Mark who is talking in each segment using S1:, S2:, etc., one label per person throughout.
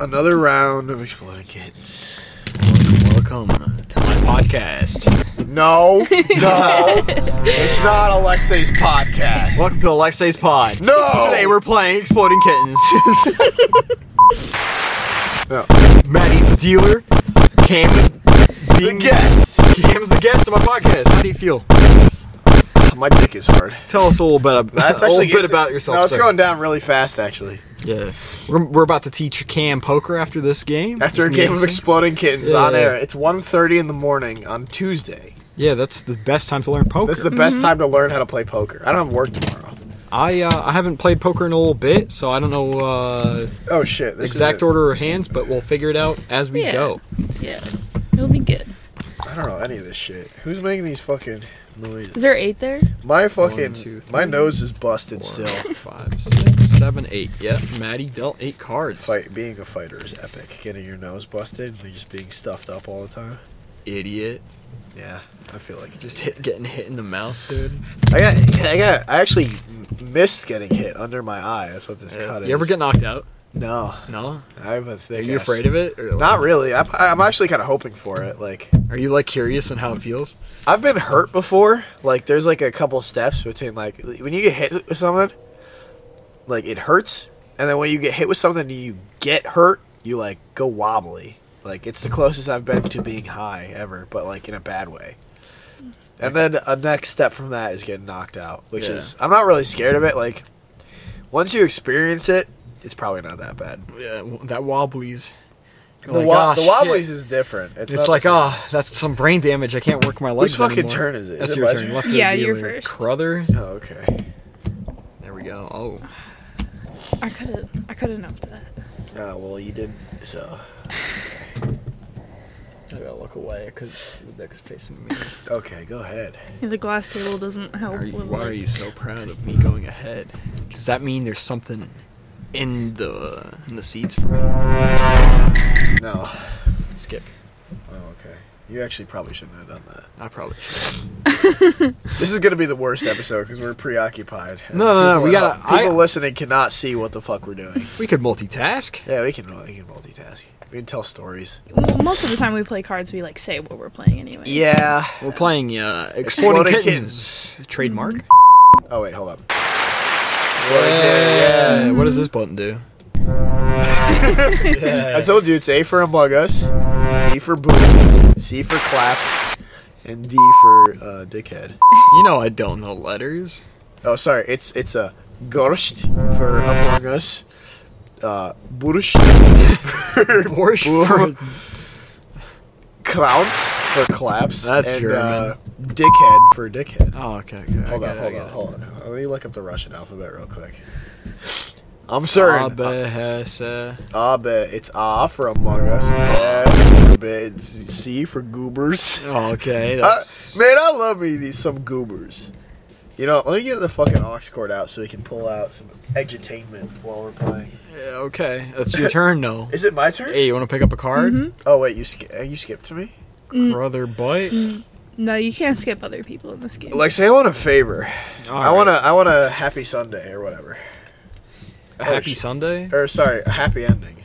S1: Another round of Exploding Kittens.
S2: Welcome to my podcast.
S1: No, no, it's not Alexei's podcast.
S2: Welcome to Alexei's Pod.
S1: No!
S2: Today we're playing Exploding Kittens.
S1: No.
S2: Maddie's the dealer. Cam is
S1: The
S2: being
S1: guess.
S2: Cam's the guest on my podcast. How do you feel?
S1: My dick is hard.
S2: Tell us a little bit, ab- a little bit
S1: it's-
S2: about yourself.
S1: No, it's
S2: sir.
S1: going down really fast actually.
S2: Yeah, we're, we're about to teach Cam poker after this game.
S1: After a
S2: It's
S1: game of
S2: amazing.
S1: Exploding Kittens
S2: Yeah,
S1: on
S2: yeah,
S1: air,
S2: yeah.
S1: it's 1.30 in the morning on Tuesday.
S2: yeah, that's the best time to learn poker.
S1: That's the best time to learn how to play poker. I don't have work tomorrow.
S2: I uh, I haven't played poker in a little bit, so I don't know uh,
S1: Oh shit! This is
S2: exact
S1: it.
S2: order of hands, but we'll figure it out as we
S3: Yeah.
S2: go.
S3: Yeah. It'll be good.
S1: I don't know any of this shit. Who's making these fucking noises?
S3: Is there eight there?
S1: My fucking
S2: two, three,
S1: my nose is busted
S2: Four,
S1: still.
S2: five, six, seven, eight. Yep, Maddie dealt eight cards.
S1: Fight being a fighter is epic. Getting your nose busted and just being stuffed up all the time.
S2: Idiot.
S1: Yeah, I feel like
S2: Just hit, getting hit in the mouth, dude.
S1: I got I got I actually missed getting hit under my eye. That's what this cut is.
S2: you ever get knocked out?
S1: No,
S2: No.
S1: I have a
S2: Are
S1: thick.
S2: you
S1: ass-
S2: afraid of it? Or like-
S1: Not really. I'm, I'm actually kind of hoping for it. Like
S2: Are you like curious on how it feels?
S1: I've been hurt before. Like there's like a couple steps between like when you get hit with something, like it hurts, and then when you get hit with something and you get hurt, you like go wobbly. Like it's the closest I've been to being high ever, but like in a bad way. And then a next step from that is getting knocked out, which
S2: Yeah.
S1: is I'm not really scared of it. Like once you experience it, it's probably not that bad.
S2: Yeah, w- that wobblies. You're
S1: The,
S2: like,
S1: wa-
S2: "Ah,
S1: the
S2: shit."
S1: wobblies is different.
S2: It's
S1: not
S2: like,
S1: the same.
S2: ah, that's some brain damage. I can't work my legs
S1: fucking
S2: anymore."
S1: turn is it? Is
S2: That's
S1: it
S2: your
S1: my
S2: turn.
S1: turn?
S2: Left to the
S3: Yeah, you're
S2: dealer.
S3: first.
S2: Crother.
S1: Oh, okay.
S2: There we go. Oh.
S3: I could have. I could have known that.
S2: Ah,
S1: Uh, well, you did so.
S2: I gotta look away because the deck is facing me.
S1: Okay, go ahead.
S3: Yeah, the glass table doesn't
S1: Oh,
S3: help.
S2: Are you,
S3: with
S2: why
S3: it.
S2: are you so proud of me going ahead? Does that mean there's something in the in the seeds for me?
S1: No.
S2: Skip.
S1: Oh, okay. You actually probably shouldn't have done that.
S2: I probably should.
S1: This is gonna be the worst episode because we're preoccupied.
S2: No, no, no,
S1: People
S2: we
S1: at
S2: gotta-
S1: home- People
S2: I-
S1: listening cannot see what the fuck we're doing.
S2: We could multitask.
S1: Yeah, we can. We can multitask. We can tell stories.
S3: Well, most of the time we play cards, we like say what we're playing anyway.
S1: Yeah.
S2: We're playing uh,
S1: Exploding
S2: Exploding, Kittens. Trademark?
S1: Oh wait, hold up.
S2: Yeah. What does this button do?
S1: I told you it's A for Among Us, B for Boom, C for Claps, and D for uh, Dickhead.
S2: You know I don't know letters.
S1: Oh, sorry. It's it's a Gorscht for Among Us, uh, Burscht for
S2: Borsch
S1: Boom.
S2: for-
S1: Krauts for claps.
S2: That's
S1: and,
S2: German.
S1: Uh, dickhead for dickhead.
S2: Oh, okay, okay. I
S1: hold on,
S2: get it, I
S1: hold
S2: get
S1: on,
S2: it.
S1: hold on. Let me look up the Russian alphabet real quick. Ah, I'm certain.
S2: Abba, Hesse.
S1: uh. Abe. Ah, It's A for Among Us. B for bed, It's C for goobers.
S2: Oh, okay.
S1: Uh,
S2: That's...
S1: man, I love me these some goobers. You know, let me get the fucking aux cord out so we can pull out some edutainment while we're playing.
S2: Yeah, okay. That's your turn, though.
S1: Is it my turn?
S2: Hey, you want to pick up a card?
S3: Mm-hmm.
S1: Oh wait, you sk- uh, you skipped to me.
S2: Brother Butt?
S1: Mm.
S3: No, you can't skip other people in this game.
S1: Like, say I want a favor.
S2: All
S1: I
S2: right.
S1: want to I want a happy Sunday or whatever.
S2: A
S1: Oh,
S2: happy
S1: sh-
S2: Sunday?
S1: or sorry, a happy ending.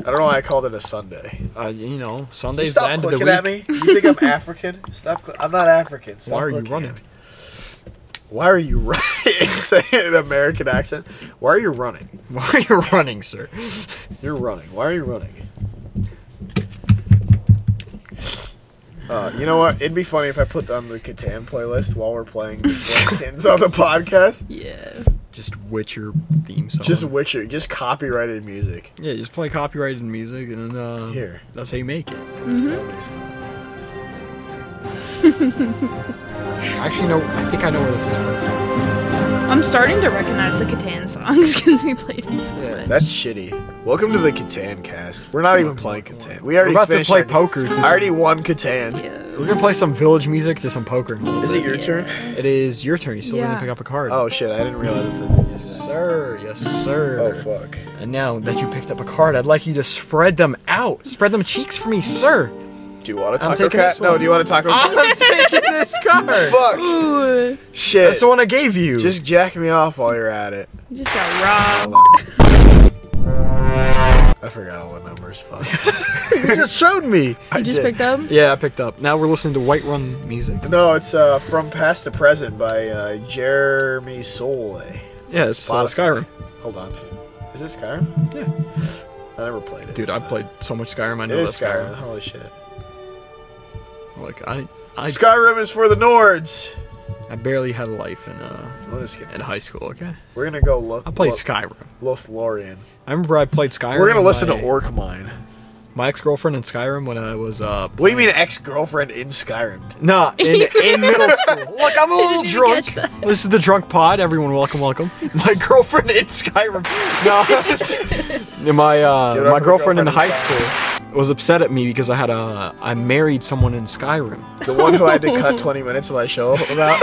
S1: I don't know why I called it a Sunday.
S2: Uh, you know,
S1: You
S2: Sunday's the
S1: stop
S2: end of the
S1: clicking
S2: week.
S1: at me. You think I'm African? Stop! Cl- I'm not African. Stop
S2: Why are you
S1: clicking
S2: running?
S1: at me. Why are you running? Say it in an American accent. Why are you running?
S2: Why are you running, sir?
S1: You're running. Why are you running? Uh, you know what? It'd be funny if I put on the Catan playlist while we're playing these kids on the
S2: Uh-huh.
S1: podcast.
S3: yeah.
S2: Just Witcher theme song.
S1: Just Witcher, just copyrighted music.
S2: yeah, just play copyrighted music and uh,
S1: Here.
S2: That's how you make it.
S1: Just that
S2: Actually, no. I think I know where this is. From.
S3: I'm starting to recognize the Catan songs because we played it so
S2: Yeah.
S3: much.
S1: That's shitty. Welcome to the Catan cast. We're not even playing Catan. We already
S2: We're about to
S1: finished
S2: play
S1: our-
S2: poker. To
S1: I already won Catan.
S3: yeah.
S2: We're gonna play some village music to some poker.
S1: Is it your
S3: Yeah.
S1: turn?
S2: It is your turn. You still need
S3: Yeah.
S2: to pick up a card.
S1: Oh shit! I didn't realize that.
S2: yes, sir. Yes,
S1: Oh
S2: sir.
S1: fuck.
S2: And now that you picked up a card, I'd like you to spread them out. Spread them cheeks for me, sir.
S1: Do you want a
S2: I'm
S1: taco
S2: taking
S1: cat?
S2: this
S1: No.
S2: one.
S1: Do you want a taco cat?
S2: I'm taking this card.
S1: fuck.
S3: Ooh,
S1: Shit.
S2: That's the one I gave you.
S1: Just jack me off while you're at it.
S3: you just got robbed.
S1: Hold on. I forgot all the numbers. Fuck.
S2: you just showed me.
S1: I
S3: you just
S1: did.
S3: picked up?
S2: Yeah, I picked up. Now we're listening to White Run music.
S1: No, it's uh, From Past to Present by uh, Jeremy Sole.
S2: Yeah, it's uh,
S1: Spotify.
S2: Skyrim.
S1: Hold on. Is it Skyrim?
S2: Yeah.
S1: I never played it.
S2: Dude,
S1: so-
S2: I've played so much Skyrim. I
S1: It
S2: know
S1: is
S2: that's
S1: Skyrim.
S2: Skyrim.
S1: Holy shit.
S2: Like I, I,
S1: Skyrim is for the Nords.
S2: I barely had a life in uh
S1: Let us get
S2: in
S1: this.
S2: high school. Okay,
S1: We're gonna go look.
S2: I played
S1: look,
S2: Skyrim.
S1: Lothlorien.
S2: I remember I played Skyrim.
S1: We're gonna
S2: with
S1: listen
S2: my-
S1: to Orc Mine.
S2: my ex girlfriend in Skyrim when I was uh.
S1: What do you mean, ex girlfriend in Skyrim?
S2: Nah, in, in middle school. Look, I'm a little
S3: didn't even
S2: drunk.
S3: catch that.
S2: This is the drunk pod. Everyone, welcome, welcome. My girlfriend in Skyrim. No, my uh,
S1: Give it up for
S2: my
S1: the
S2: girlfriend in
S1: girlfriend in
S2: high school was upset at me because I had a I married someone in Skyrim.
S1: The one who I had to cut 20 minutes of my show about.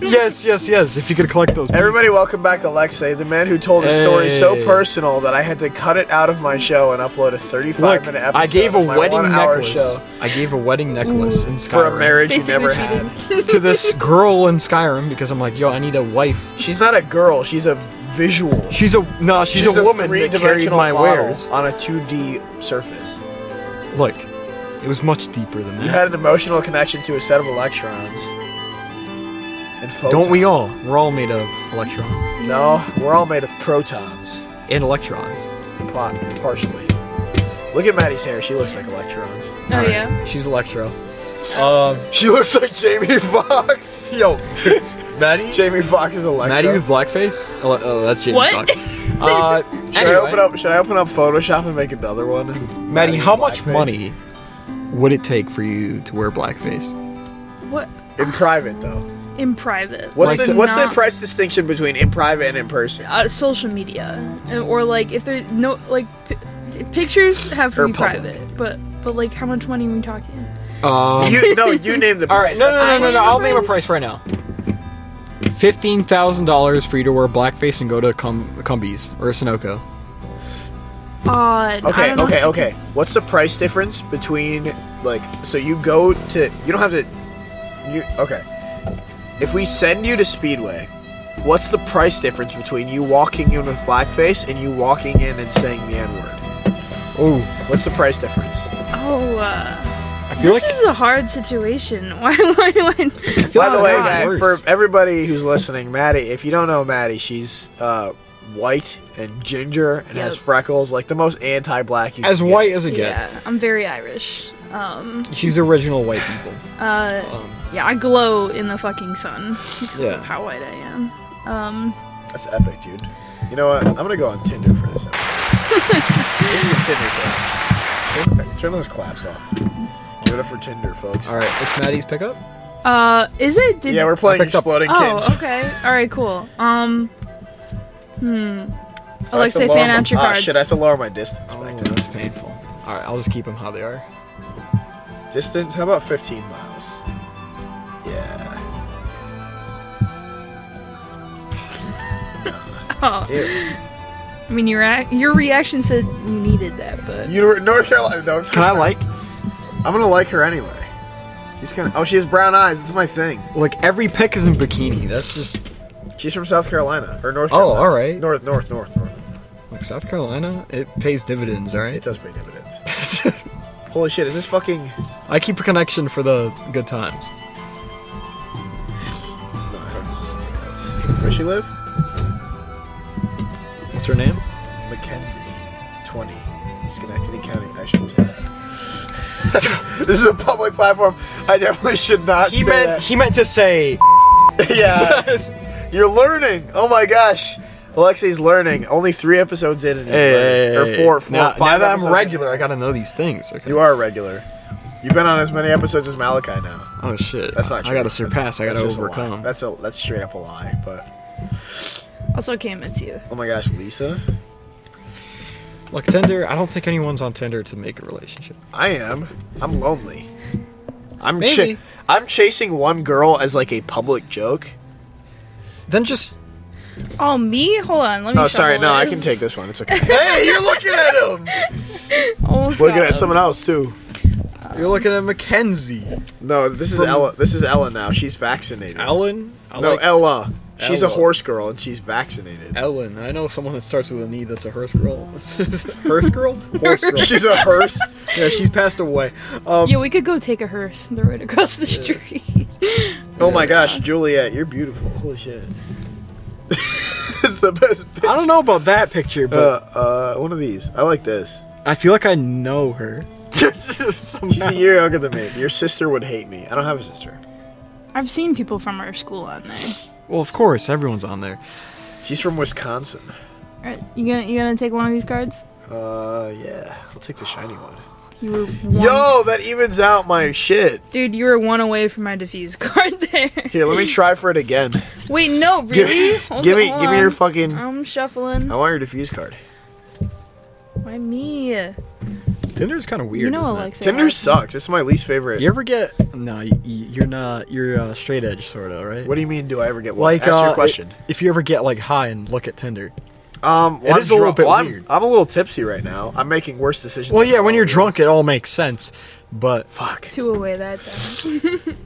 S2: yes, yes, yes. If you could collect those.
S1: Everybody, welcome back, Alexei, the man who told a story so
S2: Hey.
S1: personal that I had to cut it out of my show and upload a 35
S2: Look,
S1: minute episode.
S2: I gave a
S1: of my
S2: wedding
S1: one-hour
S2: necklace. I gave a wedding necklace in Skyrim
S1: for a marriage
S3: Basically
S1: you never
S3: cheating.
S1: had.
S2: to this girl in Skyrim because I'm like, yo, I need a wife.
S1: She's not a girl. She's a visual.
S2: She's a no, she's, a, woman that carried
S1: three-dimensional
S2: my
S1: model
S2: wares.
S1: on a 2D surface.
S2: Look, it was much deeper than
S1: You
S2: that.
S1: had an emotional connection to a set of electrons. And photons.
S2: Don't we all? We're all made of electrons
S1: No, we're all made of protons.
S2: and
S3: Oh,
S2: electrons.
S1: Pot, partially. Look at Maddie's hair. She looks like electrons.
S3: Oh, yeah.
S2: She's electro. Um,
S1: She looks like Jamie Fox.
S2: yo, dude, Maddie.
S1: Jamie Fox is electro.
S2: Maddie with blackface. Oh, oh, that's Jamie
S3: What?
S2: Foxx. Uh,
S1: Should I open up? Should I open up Photoshop and make another one?
S2: Maddie, how
S1: with
S2: much
S1: blackface?
S2: money would it take for you to wear blackface?
S3: What?
S1: in private though?
S3: In private.
S1: What's
S3: like,
S1: the What's the
S3: not-
S1: price distinction between in private and in person?
S3: uh, social media, and, or like if there's no like pi pictures have to
S1: Or
S3: be
S1: public.
S3: private, but but like how much money are we talking?
S2: Um,
S1: you no, you name the price.
S2: all right, no,
S1: That's-
S2: no, no, no, no.
S3: How
S2: I'll
S3: much
S2: name a
S3: is-
S2: price right now. Fifteen thousand dollars for you to wear blackface and go to Cum- Cumbies or Sunoco.
S3: Odd. I
S1: Okay,
S3: don't know.
S1: okay, oh. okay. What's the price difference between like so you go to you don't have to you okay. If we send you to Speedway, what's the price difference between you walking in with blackface and you walking in and saying the N-word?
S2: Oh,
S1: What's the price difference?
S3: Oh, uh,
S2: I feel
S3: this
S2: like
S3: is a hard situation. Why? Why do I?
S2: feel
S1: By
S2: like
S1: the
S2: Oh,
S1: way,
S2: God.
S1: man,
S2: Worse.
S1: for everybody who's listening, Maddie, if you don't know Maddie, she's uh white and ginger and has
S3: Yep.
S1: freckles, like the most anti-black you
S2: as
S1: can
S2: white
S1: get.
S2: as it gets.
S3: yeah, I'm very Irish. Um,
S2: She's original white people.
S3: uh,
S2: Um,
S3: yeah, I glow in the fucking sun because
S2: Yeah.
S3: of how white I am. Um,
S1: That's epic, dude. You know what? I'm gonna go on Tinder for this episode. this is a Tinder class. Turn, turn those claps off. Give it up for Tinder, folks.
S2: all right, it's Maddie's pickup.
S3: uh, is it? Did,
S1: Yeah, we're playing
S2: I picked up-
S1: Exploding
S3: Oh,
S1: Kids.
S3: okay. All right, cool. Um, hmm.
S1: I have to
S3: Alexei,
S1: lower
S3: fan
S1: my-
S3: out your
S1: Ah,
S3: cards.
S1: shit, I have to lower my distance
S2: Oh,
S1: back to
S2: that's painful. All right, I'll just keep them how they are.
S1: this. Distance? How about 15 miles? Yeah.
S3: Oh.
S1: Ew.
S3: I mean, your ac- your reaction said you needed that, but
S1: You were North Carolina. No,
S2: Can I like
S1: I'm gonna like her anyway. She's kind of. Oh, she has brown eyes. That's my thing.
S2: like every pick is in bikini? That's just
S1: She's from South Carolina or North.
S2: Oh,
S1: Carolina.
S2: all right.
S1: North, north, north, north.
S2: like South Carolina. It pays dividends. All
S1: It
S2: right.
S1: does pay dividends. Holy shit! Is this fucking?
S2: I keep a connection for the good times.
S1: No, I don't. This is something else. Where she live?
S2: What's her name?
S1: Mackenzie, 20, Schenectady County. I shouldn't say that. this is a public platform. I definitely should not
S2: He
S1: say
S2: meant he meant to say.
S1: that. yeah, you're learning. Oh my gosh, Alexei's learning. Only three episodes in, and he's learning. or four, four,
S2: now,
S1: five.
S2: now that I'm
S1: episodes
S2: regular, I gotta know these things. Okay.
S1: in. you are a regular. You've been on as many episodes as Malachi now.
S2: Oh shit.
S1: That's not. True.
S2: I gotta surpass. I
S1: That's
S2: gotta
S1: just a lie.
S2: overcome.
S1: That's a that's straight up a lie. But
S3: also came it's you.
S1: oh my gosh, Lisa,
S2: Look, Tinder. I don't think anyone's on Tinder to make a relationship.
S1: I am. I'm lonely. I'm
S2: Maybe.
S1: cha- I'm chasing one girl as like a public joke.
S2: Then just.
S3: Oh, me? Hold on, let me.
S1: Oh, sorry.
S3: shuffle
S1: No, I can take this one. It's okay.
S2: Hey, you're looking at him.
S3: Almost
S1: Looking
S3: got
S1: at
S3: him.
S1: someone else too.
S2: You're looking at Mackenzie.
S1: No, this is Ella. This is Ella now. She's vaccinated.
S2: Alan. I
S1: No,
S2: like-
S1: Ella. She's a
S2: Ella.
S1: horse girl and she's vaccinated.
S2: Ellen. I know someone that starts with an E that's a hearse girl. hearse girl? Horse girl.
S1: She's a hearse.
S2: yeah, she's passed away. Um,
S3: Yeah, we could go take a hearse and throw it across the street.
S1: Oh my gosh, Juliet, you're beautiful. Holy shit. it's the best picture.
S2: I don't know about that picture,
S1: Uh,
S2: but
S1: uh, one of these. I like this.
S2: I feel like I know her.
S1: She's a year younger than me. Your sister would hate me. I don't have a sister.
S3: I've seen people from our school on there.
S2: Well, of course, everyone's on there.
S1: She's from Wisconsin.
S3: All right, you gonna you gonna take one of these cards?
S1: Uh, yeah. I'll take the shiny one.
S3: You were one,
S1: Yo, that evens out my shit.
S3: dude. You were one away from my diffuse card there.
S1: Here, let me try for it again.
S3: Wait, no,
S1: Give-
S3: really? Hold
S1: give
S3: on,
S1: me,
S3: hold
S1: give me your
S3: on.
S1: fucking. Oh.
S3: I'm shuffling.
S1: I want your diffuse card.
S3: Why me?
S2: Tinder's kind of weird.
S3: you know
S2: isn't it?
S3: Alexa.
S1: Tinder sucks. It's my least favorite.
S2: You ever get? No, you, you're not. You're uh, straight edge, sort of, right?
S1: What do you mean? Do I ever get one?
S2: like
S1: Ask
S2: uh,
S1: your question.
S2: i- If you ever get like high and look at Tinder.
S1: um, well,
S2: it
S1: I'm
S2: is a little
S1: drunk-
S2: bit
S1: well, I'm-
S2: weird.
S1: I'm, a little tipsy right now. I'm making worse decisions.
S2: Well,
S1: than
S2: yeah,
S1: I'm
S2: when you're
S1: already.
S2: drunk, it all makes sense. But
S1: Fuck.
S3: Two away. That's.
S1: was kidding.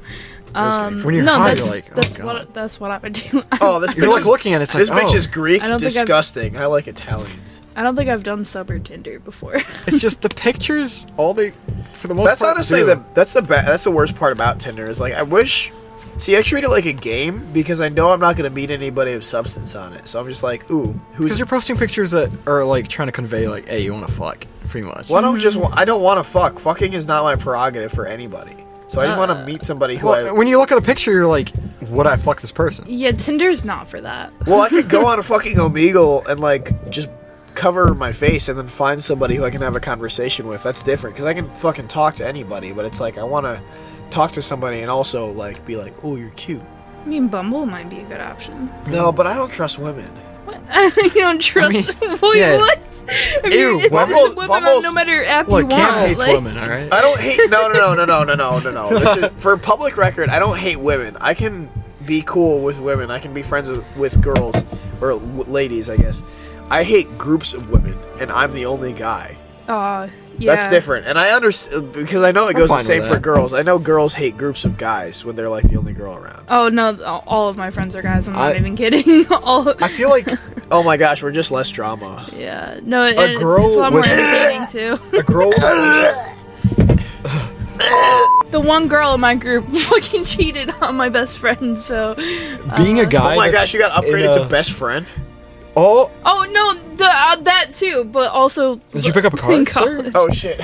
S3: um,
S2: When you're
S3: no,
S2: high,
S3: that's,
S2: you're like, oh,
S3: that's
S2: God.
S3: what that's what I would do.
S1: Oh, this
S2: you're
S1: bitch
S2: like
S1: is,
S2: looking at it, it's
S1: this
S2: like,
S1: bitch
S2: oh,
S1: is Greek.
S3: I don't think I've-
S1: Disgusting. I like Italians.
S3: I don't think I've done sober Tinder before.
S2: it's just the pictures. All they, for the most
S1: That's
S2: part,
S1: honestly
S2: do.
S1: the that's the ba- that's the worst part about Tinder is like I wish. See, I treat it like a game because I know I'm not going to meet anybody of substance on it. So I'm just like, ooh,
S2: because
S1: who's?
S2: you're posting pictures that are like trying to convey like, hey, you want to fuck, pretty much.
S1: Well, I don't just. wa- I don't want to fuck. Fucking is not my prerogative for anybody. So I just want to
S3: Uh,
S1: meet somebody who I.
S2: Well, when you look at a picture, you're like, would I fuck this person?
S3: yeah, Tinder's not for that.
S1: Well, I could go on a fucking Omegle and like just cover my face and then find somebody who I can have a conversation with. That's different because I can fucking talk to anybody, but it's like I want to talk to somebody and also like be like, oh, you're cute.
S3: I mean, Bumble might be a good option.
S1: No, but I don't trust women.
S3: What? you don't trust? Wait,
S2: yeah.
S3: what? If
S2: Ew,
S3: you're- it's
S1: Bumble-
S3: just a woman on
S1: Bumble's-
S3: no matter app
S2: Look,
S3: you want.
S2: Cam hates
S3: like-
S2: women, all right.
S1: I don't hate. No, no, no, no, no, no, no, no, no. This is, for public record, I don't hate women. I can be cool with women. I can be friends with, with girls or w- ladies, I guess. I hate groups of women, and I'm the only guy.
S3: Aw, yeah.
S1: That's different, and I understand because I know it
S2: I'm
S1: goes the
S2: fine with
S1: same for
S2: that.
S1: girls. I know girls hate groups of guys when they're like the only girl around.
S3: Oh no, th- all of my friends are guys. I'm not
S2: I-
S3: even kidding. all.
S2: I feel like
S1: Oh my gosh, we're just less drama.
S3: yeah. No, it, it's,
S2: girl
S3: it's a lot
S2: was-
S3: more entertaining too.
S2: a girl.
S3: The one girl in my group fucking cheated on my best friend. So.
S2: Being a
S3: uh,
S2: guy.
S1: Oh my
S2: that's
S1: gosh, you got
S2: in uh,
S1: upgraded
S2: a-
S1: to best friend.
S2: Oh,
S3: Oh no, the, uh, that too, but also.
S2: did you pick up a
S3: in
S2: card? sir?
S3: college.
S1: Oh shit!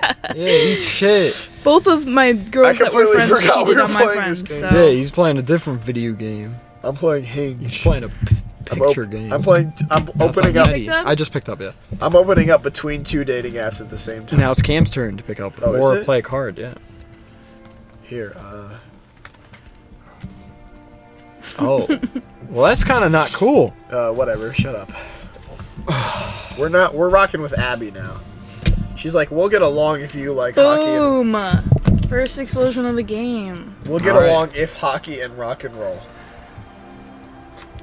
S2: Yeah, eat shit.
S3: Both of my girls that were
S1: completely
S3: friends
S1: forgot
S3: cheated
S1: we were
S3: on my
S1: playing this
S3: friends.
S1: game.
S3: So.
S2: Yeah, he's playing a different video game.
S1: I'm playing
S2: He's
S1: Hinge.
S2: playing a p-
S1: I'm op-
S2: picture game.
S1: I'm playing. T- I'm
S2: No, it's
S1: opening
S2: not
S1: up.
S2: Yeti.
S3: Picked up?
S2: I just picked up, yeah.
S1: I'm opening up between two dating apps at the same time.
S2: Now it's Cam's turn to pick up
S1: Oh, is
S2: or
S1: it?
S2: play a card, yeah.
S1: Here, uh,
S2: Oh. well, that's kind of not cool.
S1: uh, whatever. Shut up. we're not. We're rocking with Abby now. She's like, we'll get along if you like hockey.
S3: Boom! First explosion of the game.
S1: And, we'll get
S2: All right.
S1: along if hockey and rock and roll.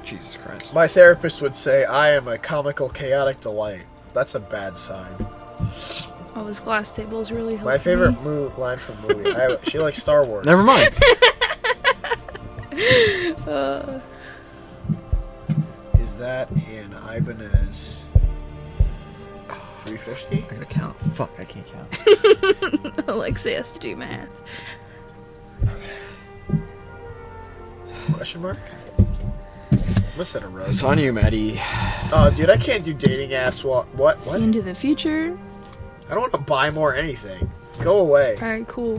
S2: Jesus Christ.
S1: My therapist would say I am a comical, chaotic delight. That's a bad sign.
S3: Oh, this glass table is really helpful.
S1: My favorite mo- line from movie. I, she likes Star Wars.
S2: Never mind.
S3: Uh,
S1: Is that in Ibanez? 350.
S2: I'm going to count. Fuck, I can't count.
S3: Alexei has to do math.
S1: Question mark. Listen, a rose.
S2: It's on you, Maddie.
S1: Oh, dude, I can't do dating apps. What? What?
S3: See
S1: What?
S3: into the future.
S1: I don't want to buy more anything. Go away.
S3: All right, cool.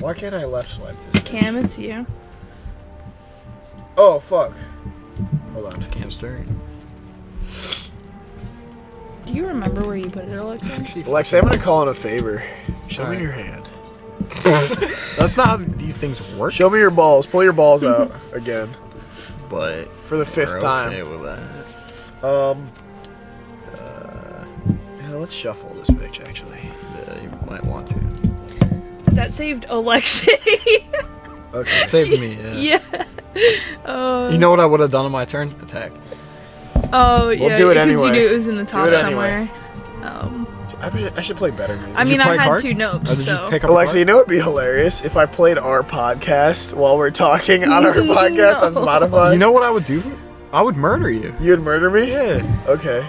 S1: Why can't I left swipe this? bitch?
S3: Cam, it's you.
S1: Oh fuck. Hold on.
S2: It's Cam's turn.
S3: Do you remember where you put it, Alexei?
S1: Alexa, I'm gonna call in a favor. Show
S2: All
S1: me
S2: right.
S1: your hand.
S2: That's not how these things work,
S1: Show me your balls. Pull your balls out again
S2: but
S1: for the fifth
S2: we're
S1: time.
S2: okay with that.
S1: Um. Uh, yeah, let's shuffle this bitch. Actually.
S2: Yeah, you might want to.
S3: That saved Alexei.
S1: Okay.
S2: Save me, yeah.
S3: yeah. Uh,
S2: You know what I would have done on my turn? Attack.
S3: oh, yeah.
S1: do it
S3: Because
S1: anyway.
S3: you knew it was in the top
S1: it anyway.
S3: somewhere. Um,
S1: I, should- I should play better music.
S3: I
S2: Did you
S3: mean, I
S2: play
S3: had
S2: card?
S3: two notes,
S2: Or did you
S3: so-
S2: pick up a
S1: Alexa,
S2: card?
S1: you know it'd be hilarious if I played our podcast while we're talking on our
S3: No.
S1: podcast on Spotify.
S2: You know what I would do? I would murder you.
S1: you'd murder me.
S2: Yeah.
S1: Okay.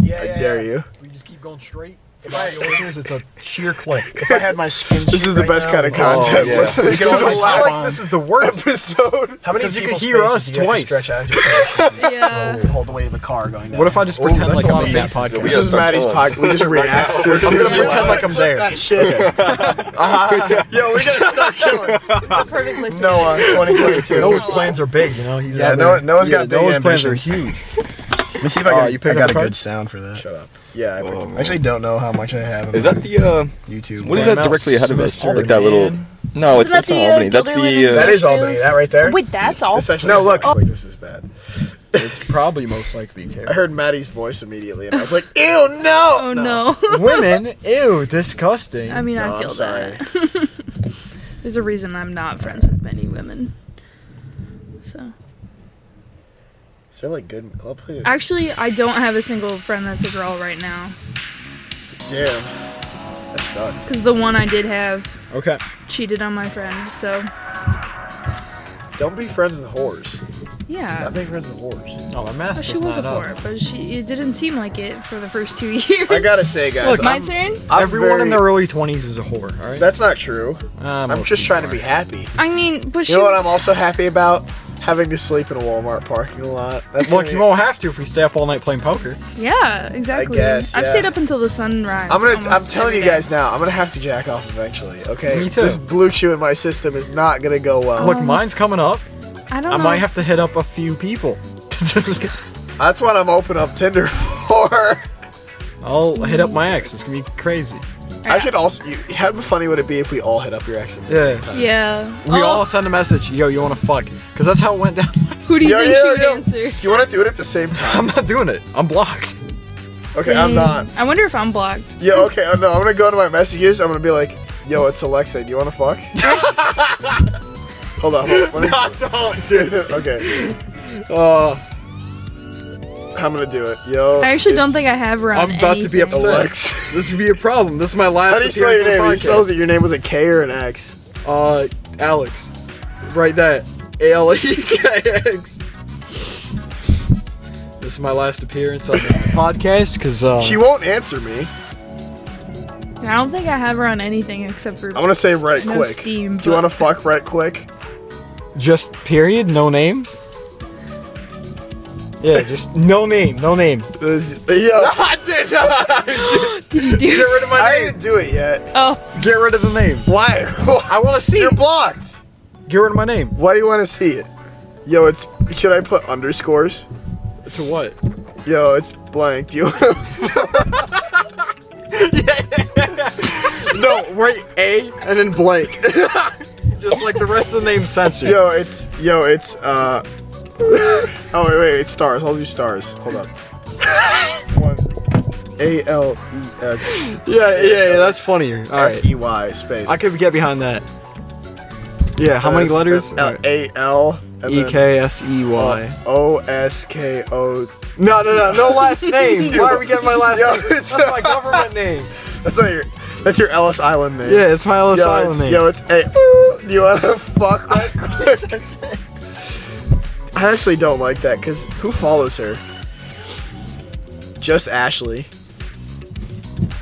S4: Yeah,
S1: I dare you.
S2: We just keep going straight.
S4: Right.
S2: it's a sheer click.
S4: If I had my skin.
S1: This is the best kind of content.
S2: Oh, yeah.
S1: Listeners
S4: We
S1: to
S4: can
S1: the
S4: always
S1: last
S4: hop on.
S2: this is the worst.
S1: episode.
S4: How many
S2: Because you can
S4: people's
S2: hear
S4: faces
S2: us
S4: do you have to
S2: twice.
S4: Stretch out just
S3: Yeah.
S4: hold the weight of a car going down.
S2: What if I just
S5: Ooh,
S2: pretend
S5: that's
S2: like
S5: a
S2: I'm
S5: lot
S2: in
S5: of
S2: that
S5: faces that
S1: This
S2: podcast?
S5: Yeah,
S1: is
S5: start
S1: Maddie's
S5: calling.
S1: podcast. We just react to
S2: I'm gonna
S1: things.
S2: pretend like I'm there.
S1: Yo,
S4: shit.
S1: we gotta stop killing.
S3: It's the perfect place to
S1: No,
S3: be.
S1: uh, 2022.
S2: Noah's plans are big, you know. He's
S1: Yeah,
S2: out
S1: Noah-
S2: there-
S1: Noah's got big
S2: Noah's plans are
S1: ambitions.
S2: huge.
S4: Let me see if I
S2: Oh,
S4: can.
S2: you picked
S4: I
S2: up
S4: got a
S2: the
S4: good
S2: card?
S4: sound for that.
S1: Shut up. Yeah, I
S5: Oh,
S1: picked-
S5: man.
S1: I actually don't know how much I have.
S5: Is that the uh?
S1: YouTube?
S5: What is
S2: Damn
S5: that
S2: mouse,
S5: directly ahead of us?
S2: Mr.
S5: Like that little?
S2: Man.
S5: No, it's
S3: Isn't that
S5: that's not
S3: the, uh,
S5: Albany. That's the.
S3: Gilderland?
S5: Uh,
S1: That is Albany. That right there.
S3: Wait, oh, that's all.
S1: This actually no, look. Like, this is bad.
S2: It's probably most likely
S1: I
S2: terrible.
S1: heard Maddie's voice immediately, and I was like, "Ew, no!"
S3: Oh no.
S2: Women, ew, disgusting.
S3: I mean,
S1: No,
S3: I
S1: I'm
S3: feel
S1: sorry.
S3: that. There's a reason I'm not friends with many women. So
S1: Is there like good? I'll play it.
S3: actually, I don't have a single friend that's a girl right now.
S1: Damn, that sucks.
S3: Cause the one I did have
S2: okay.
S3: cheated on my friend. So
S1: Don't be friends with whores.
S3: yeah.
S1: Stop being friends with whores.
S2: Oh, my math
S3: Well, she
S2: is
S3: was a
S2: not up.
S3: whore, but she it didn't seem like it for the first two years.
S1: I gotta say, guys,
S2: Look,
S3: my
S1: I'm,
S3: turn.
S1: I'm
S2: Everyone
S1: very-
S2: in their early 20s is a whore, all right?
S1: That's not true.
S2: Uh,
S1: I'm
S2: most
S1: just
S2: people
S1: trying to be
S2: are.
S1: happy.
S3: I mean, but she.
S1: You know what I'm also happy about? Having to sleep in a Walmart parking lot. That's
S2: Look,
S1: gonna
S2: you
S1: be-
S2: won't have to if we stay up all night playing poker.
S3: yeah, exactly.
S1: guess,
S3: have
S1: yeah.
S3: stayed up until the sunrise.
S1: I'm gonna. I'm
S3: almost
S1: telling
S3: every
S1: you
S3: day.
S1: guys now. I'm gonna have to jack off eventually. Okay.
S2: Me too.
S1: This blue chew in my system is not gonna go well.
S2: Look,
S3: Um,
S2: mine's coming up.
S3: I don't
S2: I
S3: know.
S2: might have to hit up a few people.
S1: That's what I'm opening up Tinder for.
S2: I'll hit up my ex. It's gonna be crazy.
S1: I should also. You, how funny would it be if we all hit up your ex?
S2: Yeah.
S3: Yeah.
S2: We
S3: Oh,
S2: all send a message, yo, you wanna fuck? Because that's how it went down.
S3: Who do you
S1: Yo,
S3: think
S1: yo,
S3: she would
S1: yo.
S3: answer?
S1: Do you want to do it at the same
S2: I'm
S1: time?
S2: not doing it. I'm blocked.
S1: Okay, I'm not.
S3: I wonder if I'm blocked.
S1: Yeah, okay. Oh, no, I'm gonna go to my messages. I'm gonna be like, "Yo, it's Alexa. Do you want to fuck?" hold on. Hold on. Let me- Dude, okay.
S2: Uh,
S1: I'm gonna do it. Yo.
S3: I actually don't
S1: it's
S3: think I have her on
S2: I'm about to be
S3: anything.
S2: upset.
S1: Alexa.
S2: this would be a problem. This is my last
S1: How do you spell your
S2: appearance
S1: name?
S2: on
S1: He
S2: the
S1: spells it your name with a K or an X.
S2: podcast. Uh, Alex. Write that. A L E K X. This is my last appearance on the podcast because uh,
S1: She won't answer me.
S3: I don't think I have her on anything except for.
S1: I'm gonna say right
S3: No
S1: quick.
S3: steam,
S1: do you
S3: but-
S1: want to fuck right quick?
S2: just period, no name. Yeah, just no name, no name.
S1: This- Yo. I did not.
S3: Did you
S1: Get
S3: do?
S1: rid of my I didn't do it yet.
S3: Oh,
S2: Get rid of the name.
S1: Why?
S2: I want to see.
S1: You're blocked.
S2: Get rid of my name.
S1: Why do you want to see it? Yo, it's. Should I put underscores?
S2: To what?
S1: Yo, it's blank. Do you want to?
S2: No, write A and then blank. Just like the rest of the name censored.
S1: Yo, it's. Yo, it's. Uh. oh wait, wait, it's stars. I'll do stars. Hold up. One. A L E X
S2: yeah, yeah, yeah, that's funnier. All right,
S1: S E Y space.
S2: I could get behind that. Yeah, how many
S1: That's-
S2: letters?
S1: that's A L and
S2: E
S1: then
S2: K S E Y.
S1: O S K O.
S2: No, no, no, no last name.
S1: Yo.
S2: Why are we getting my last
S1: Yo,
S2: name?
S1: it's-
S2: That's my government name.
S1: That's not your. That's your Ellis Island name.
S2: Yeah, it's my Ellis
S1: Yo,
S2: Island
S1: it's,
S2: name.
S1: yo, it's a. Ooh, do you want to fuck right quick? I actually don't like that because who follows her? Just Ashley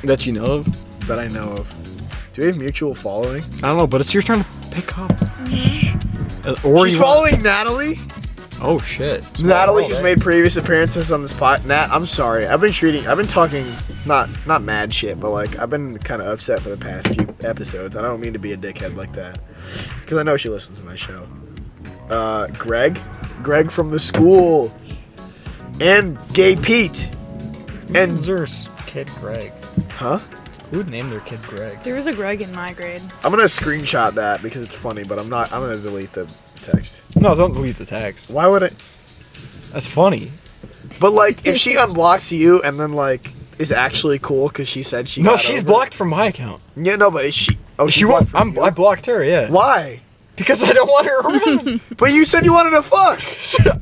S2: That you know of?
S1: that I know of. Do we have mutual following?
S2: I don't know, but it's your turn to pick up. Uh, Or
S1: She's
S2: you want-
S1: following Natalie.
S2: Oh shit. oh,
S1: Natalie, who's made previous appearances on this pot. Nat, I'm sorry. I've been treating. I've been talking not not mad shit, but like I've been kind of upset for the past few episodes. I don't mean to be a dickhead like that because I know she listens to my show. Uh, Greg, Greg from the school, and Gay Pete, and
S2: Zers kid Greg.
S1: huh?
S2: Who would name their kid Greg?
S3: there was a Greg in my grade.
S1: I'm gonna screenshot that because it's funny, but I'm not. I'm gonna delete the text.
S2: No, don't delete the text.
S1: Why would it?
S2: That's funny.
S1: But like, if she unblocks you and then like is actually cool because she said she
S2: No,
S1: got over
S2: she's
S1: it.
S2: blocked from my account.
S1: Yeah, no, but is she. Oh,
S2: She won't. I'm, I blocked her. Yeah.
S1: Why?
S2: Because I don't want her around.
S1: But you said you wanted to fuck.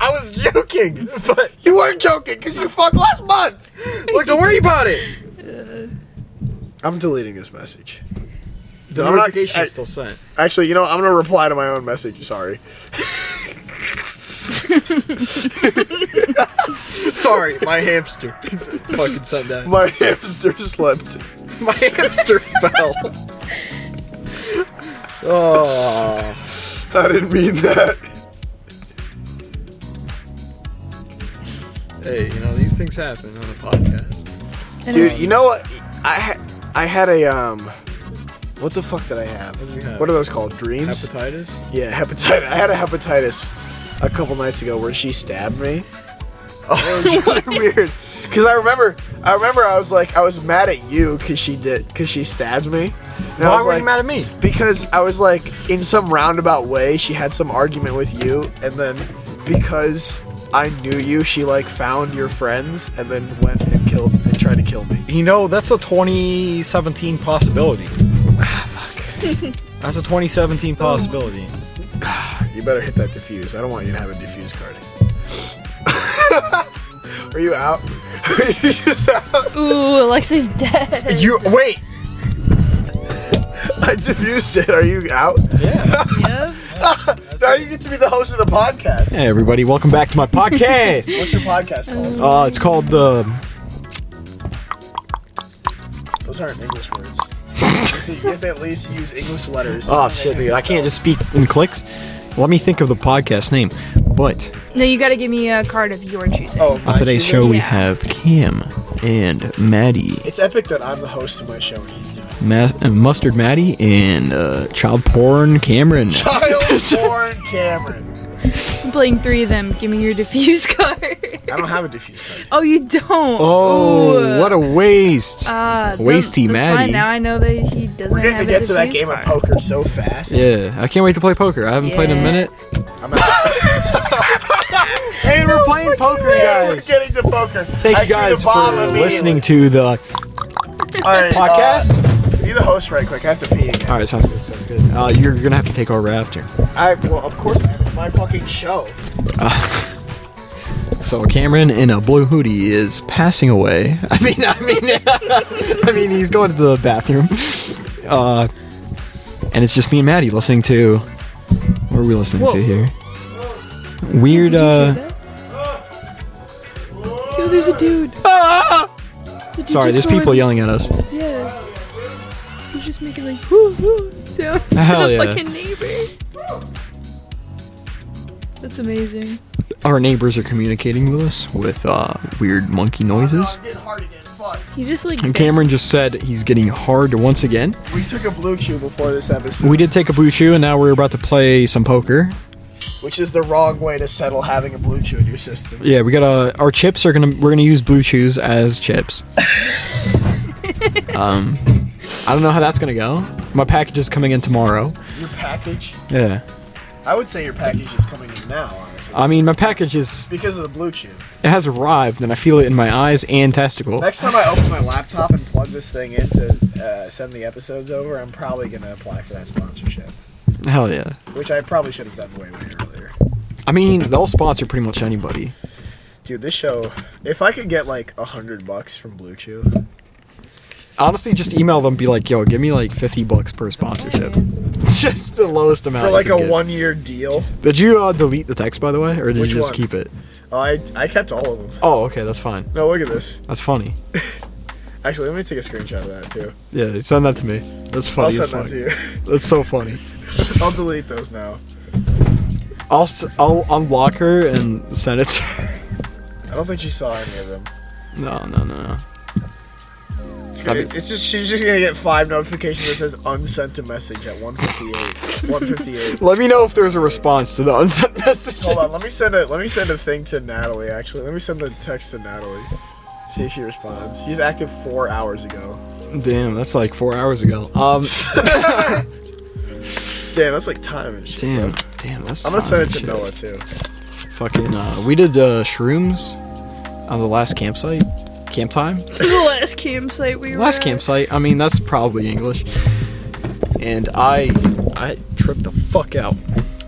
S2: I was joking, but
S1: You weren't joking because you fucked last month. Look, don't worry about it. I'm deleting this message.
S2: The
S1: I'm not-
S2: notification
S1: I-
S2: is still sent.
S1: Actually, you know, I'm gonna reply to my own message. Sorry.
S2: Sorry, my hamster fucking sent that.
S1: My hamster slept.
S2: My hamster fell. Oh,
S1: I didn't mean that.
S2: hey, you know these things happen on a podcast.
S1: Dude, you know what? I ha- I had a um what the fuck did I have?
S2: What did you have?
S1: What are those called? Dreams?
S2: Hepatitis?
S1: yeah, hepatitis. I had a hepatitis a couple nights ago where she stabbed me.
S2: Oh,
S1: It was really weird. Cuz I remember I remember I was like I was mad at you cuz she did cuz she stabbed me. And I
S2: why
S1: was
S2: were
S1: like,
S2: you mad at me?
S1: because I was like in some roundabout way she had some argument with you and then because I knew you she like found your friends and then went and killed and tried to kill me.
S2: You know that's a 2017 possibility. Ah, That's a 2017 possibility.
S1: You better hit that diffuse. I don't want you to have a diffuse card. Are you out? Are you just out?
S3: Ooh, Alexei's dead.
S2: You wait.
S1: I diffused it. Are you out?
S2: Yeah.
S3: Yep.
S1: Now you get to be the host of the podcast.
S2: Hey everybody, welcome back to my podcast.
S1: What's your podcast called?
S2: Uh, it's called the.
S1: Those aren't English words. Dude, you have to at least use English letters.
S2: Oh shit, dude! I can't just speak in clicks. Let me think of the podcast name. But
S3: No, you gotta give me a card of your choosing.
S1: Oh,
S2: on
S1: my
S2: today's
S1: choosing?
S2: show, we
S3: Yeah.
S2: have Cam and Maddie.
S1: It's epic that I'm the host of my show and he's doing.
S2: Mas- uh, Mustard Maddie and uh, Child Porn Cameron.
S1: Child born Cameron.
S3: I'm playing three of them. Give me your diffuse card.
S1: I don't have a diffuse card.
S3: oh, you don't.
S2: Oh, what a waste.
S3: uh,
S2: wasty
S3: that's fine.
S2: Maddie.
S3: Now I know that he doesn't
S1: We're
S3: have
S1: gonna
S3: a
S1: get to that
S3: diffuse
S1: game
S3: card.
S1: of poker so fast.
S2: yeah, I can't wait to play poker. I haven't played in a
S3: Yeah.
S2: minute.
S1: I'm out.
S2: And we're playing poker,
S1: We're getting to poker.
S2: Thank
S1: I
S2: you
S1: drew the
S2: guys for
S1: bomb immediately.
S2: listening to the
S1: All right,
S2: podcast.
S1: Uh, be the host right quick. I have to pee again.
S2: All right, sounds good. Sounds good. Uh, you're gonna have to take over after.
S1: I well, of course, man, it's my fucking show.
S2: So Cameron in a blue hoodie is passing away. I mean, I mean, I mean, he's going to the bathroom. Uh, and it's just me and Maddie listening to. What are we listening
S3: Whoa.
S2: to here? Weird.
S3: Did you hear
S2: uh...
S3: that? Yo, there's a dude. There's a dude
S2: uh, Sorry,
S3: just
S2: there's people
S3: going-
S2: yelling at us.
S3: Yeah. He's just making like whoo whoo sounds to
S2: Hell
S3: the
S2: yeah.
S3: fucking neighbor. That's amazing.
S2: Our neighbors are communicating with us with uh, weird monkey noises.
S1: I'm getting hard again. Fuck.
S3: He just like
S2: And Cameron just said he's getting hard once again.
S1: We took a blue cue before this episode,
S2: We did take a blue chew, and now we're about to play some poker.
S1: which is the wrong way to settle having a blue chew in your system.
S2: Yeah, we got to our chips are gonna we're gonna use blue chews as chips. um, I don't know how that's gonna go. My package is coming in tomorrow.
S1: Your package.
S2: Yeah,
S1: I would say your package is coming in now, honestly,
S2: I mean my package is
S1: because of the blue chew.
S2: it has arrived, and I feel it in my eyes and testicle.
S1: Next time I open my laptop and plug this thing in to uh, send the episodes over, I'm probably gonna apply for that sponsorship,
S2: Hell yeah!
S1: which I probably should have done way way earlier.
S2: I mean they'll sponsor pretty much anybody.
S1: Dude, this show. If I could get like a hundred bucks from Blue Chew,
S2: Honestly, just email them. Be like, yo, give me like fifty bucks per sponsorship. just the lowest amount.
S1: for
S2: I
S1: like
S2: can
S1: a
S2: get.
S1: one-year deal.
S2: Did you uh, delete the text by the way, or did
S1: Which
S2: you just
S1: one?
S2: keep it?
S1: Oh, I I kept all of them.
S2: Oh, okay, that's fine.
S1: No, look at this.
S2: That's funny.
S1: Actually, let me take a screenshot of that too.
S2: Yeah, send that to me. That's funny.
S1: I'll send
S2: as
S1: that
S2: fuck.
S1: to you.
S2: That's so funny.
S1: I'll delete those now.
S2: I'll s- I'll unlock her and send it. To her.
S1: I don't think she saw any of them.
S2: No, no, no, no.
S1: It's, gonna, it's just she's just gonna get five notifications that says unsent a message at 158. 158.
S2: Let me know if there's a response to the unsent message.
S1: Hold on, let me send a let me send a thing to Natalie. Actually, let me send the text to Natalie. See if she responds. She's active four hours ago.
S2: Damn, that's like four hours ago. Um,
S1: Damn, that's like time and shit.
S2: damn,
S1: bro.
S2: damn, that's.
S1: I'm gonna send it to
S2: shit.
S1: Noah too.
S2: Fucking, uh, we did uh, shrooms on the last campsite. Camp time.
S3: the last campsite we were
S2: Last
S3: at.
S2: campsite. I mean, that's probably English. And I, I tripped the fuck out.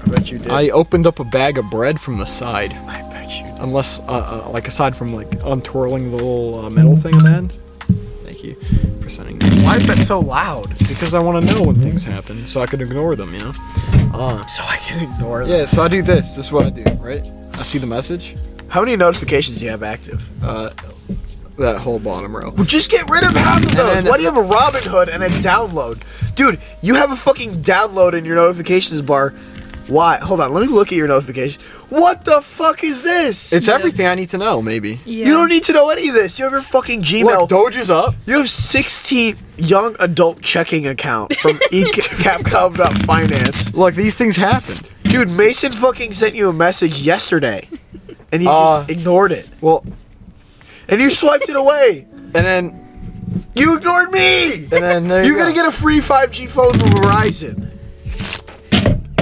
S1: I bet you did.
S2: I opened up a bag of bread from the side.
S1: I bet at you.
S2: unless uh, uh, like aside from like untwirling the little uh, metal thing on the end. Thank you for sending that.
S4: Why is that so loud?
S2: Because I want to know when things happen, so I can ignore them. You know. Uh,
S1: So I can ignore them.
S2: yeah. So I do this. This is what I do. Right. I see the message.
S1: How many notifications do you have active?
S2: Uh, that whole bottom row.
S1: Well, just get rid of half of those.
S2: then-
S1: Why do you have a Robinhood and a download? Dude, you have a fucking download in your notifications bar. Why? Hold on, let me look at your notifications. What the fuck is this?
S2: It's
S3: Yeah.
S2: everything I need to know. Maybe.
S3: Yeah.
S1: you don't need to know any of this. You have your fucking Gmail.
S2: Look, Doge's up.
S1: You have 16 young adult checking account from e- Capcom.finance.
S2: Look, these things happened.
S1: Dude, Mason fucking sent you a message yesterday and you
S2: Uh.
S1: just ignored it.
S2: Well,
S1: And you swiped it away.
S2: and then
S1: You ignored me.
S2: and then there you
S1: You're gonna
S2: go.
S1: get a free 5G phone from Verizon.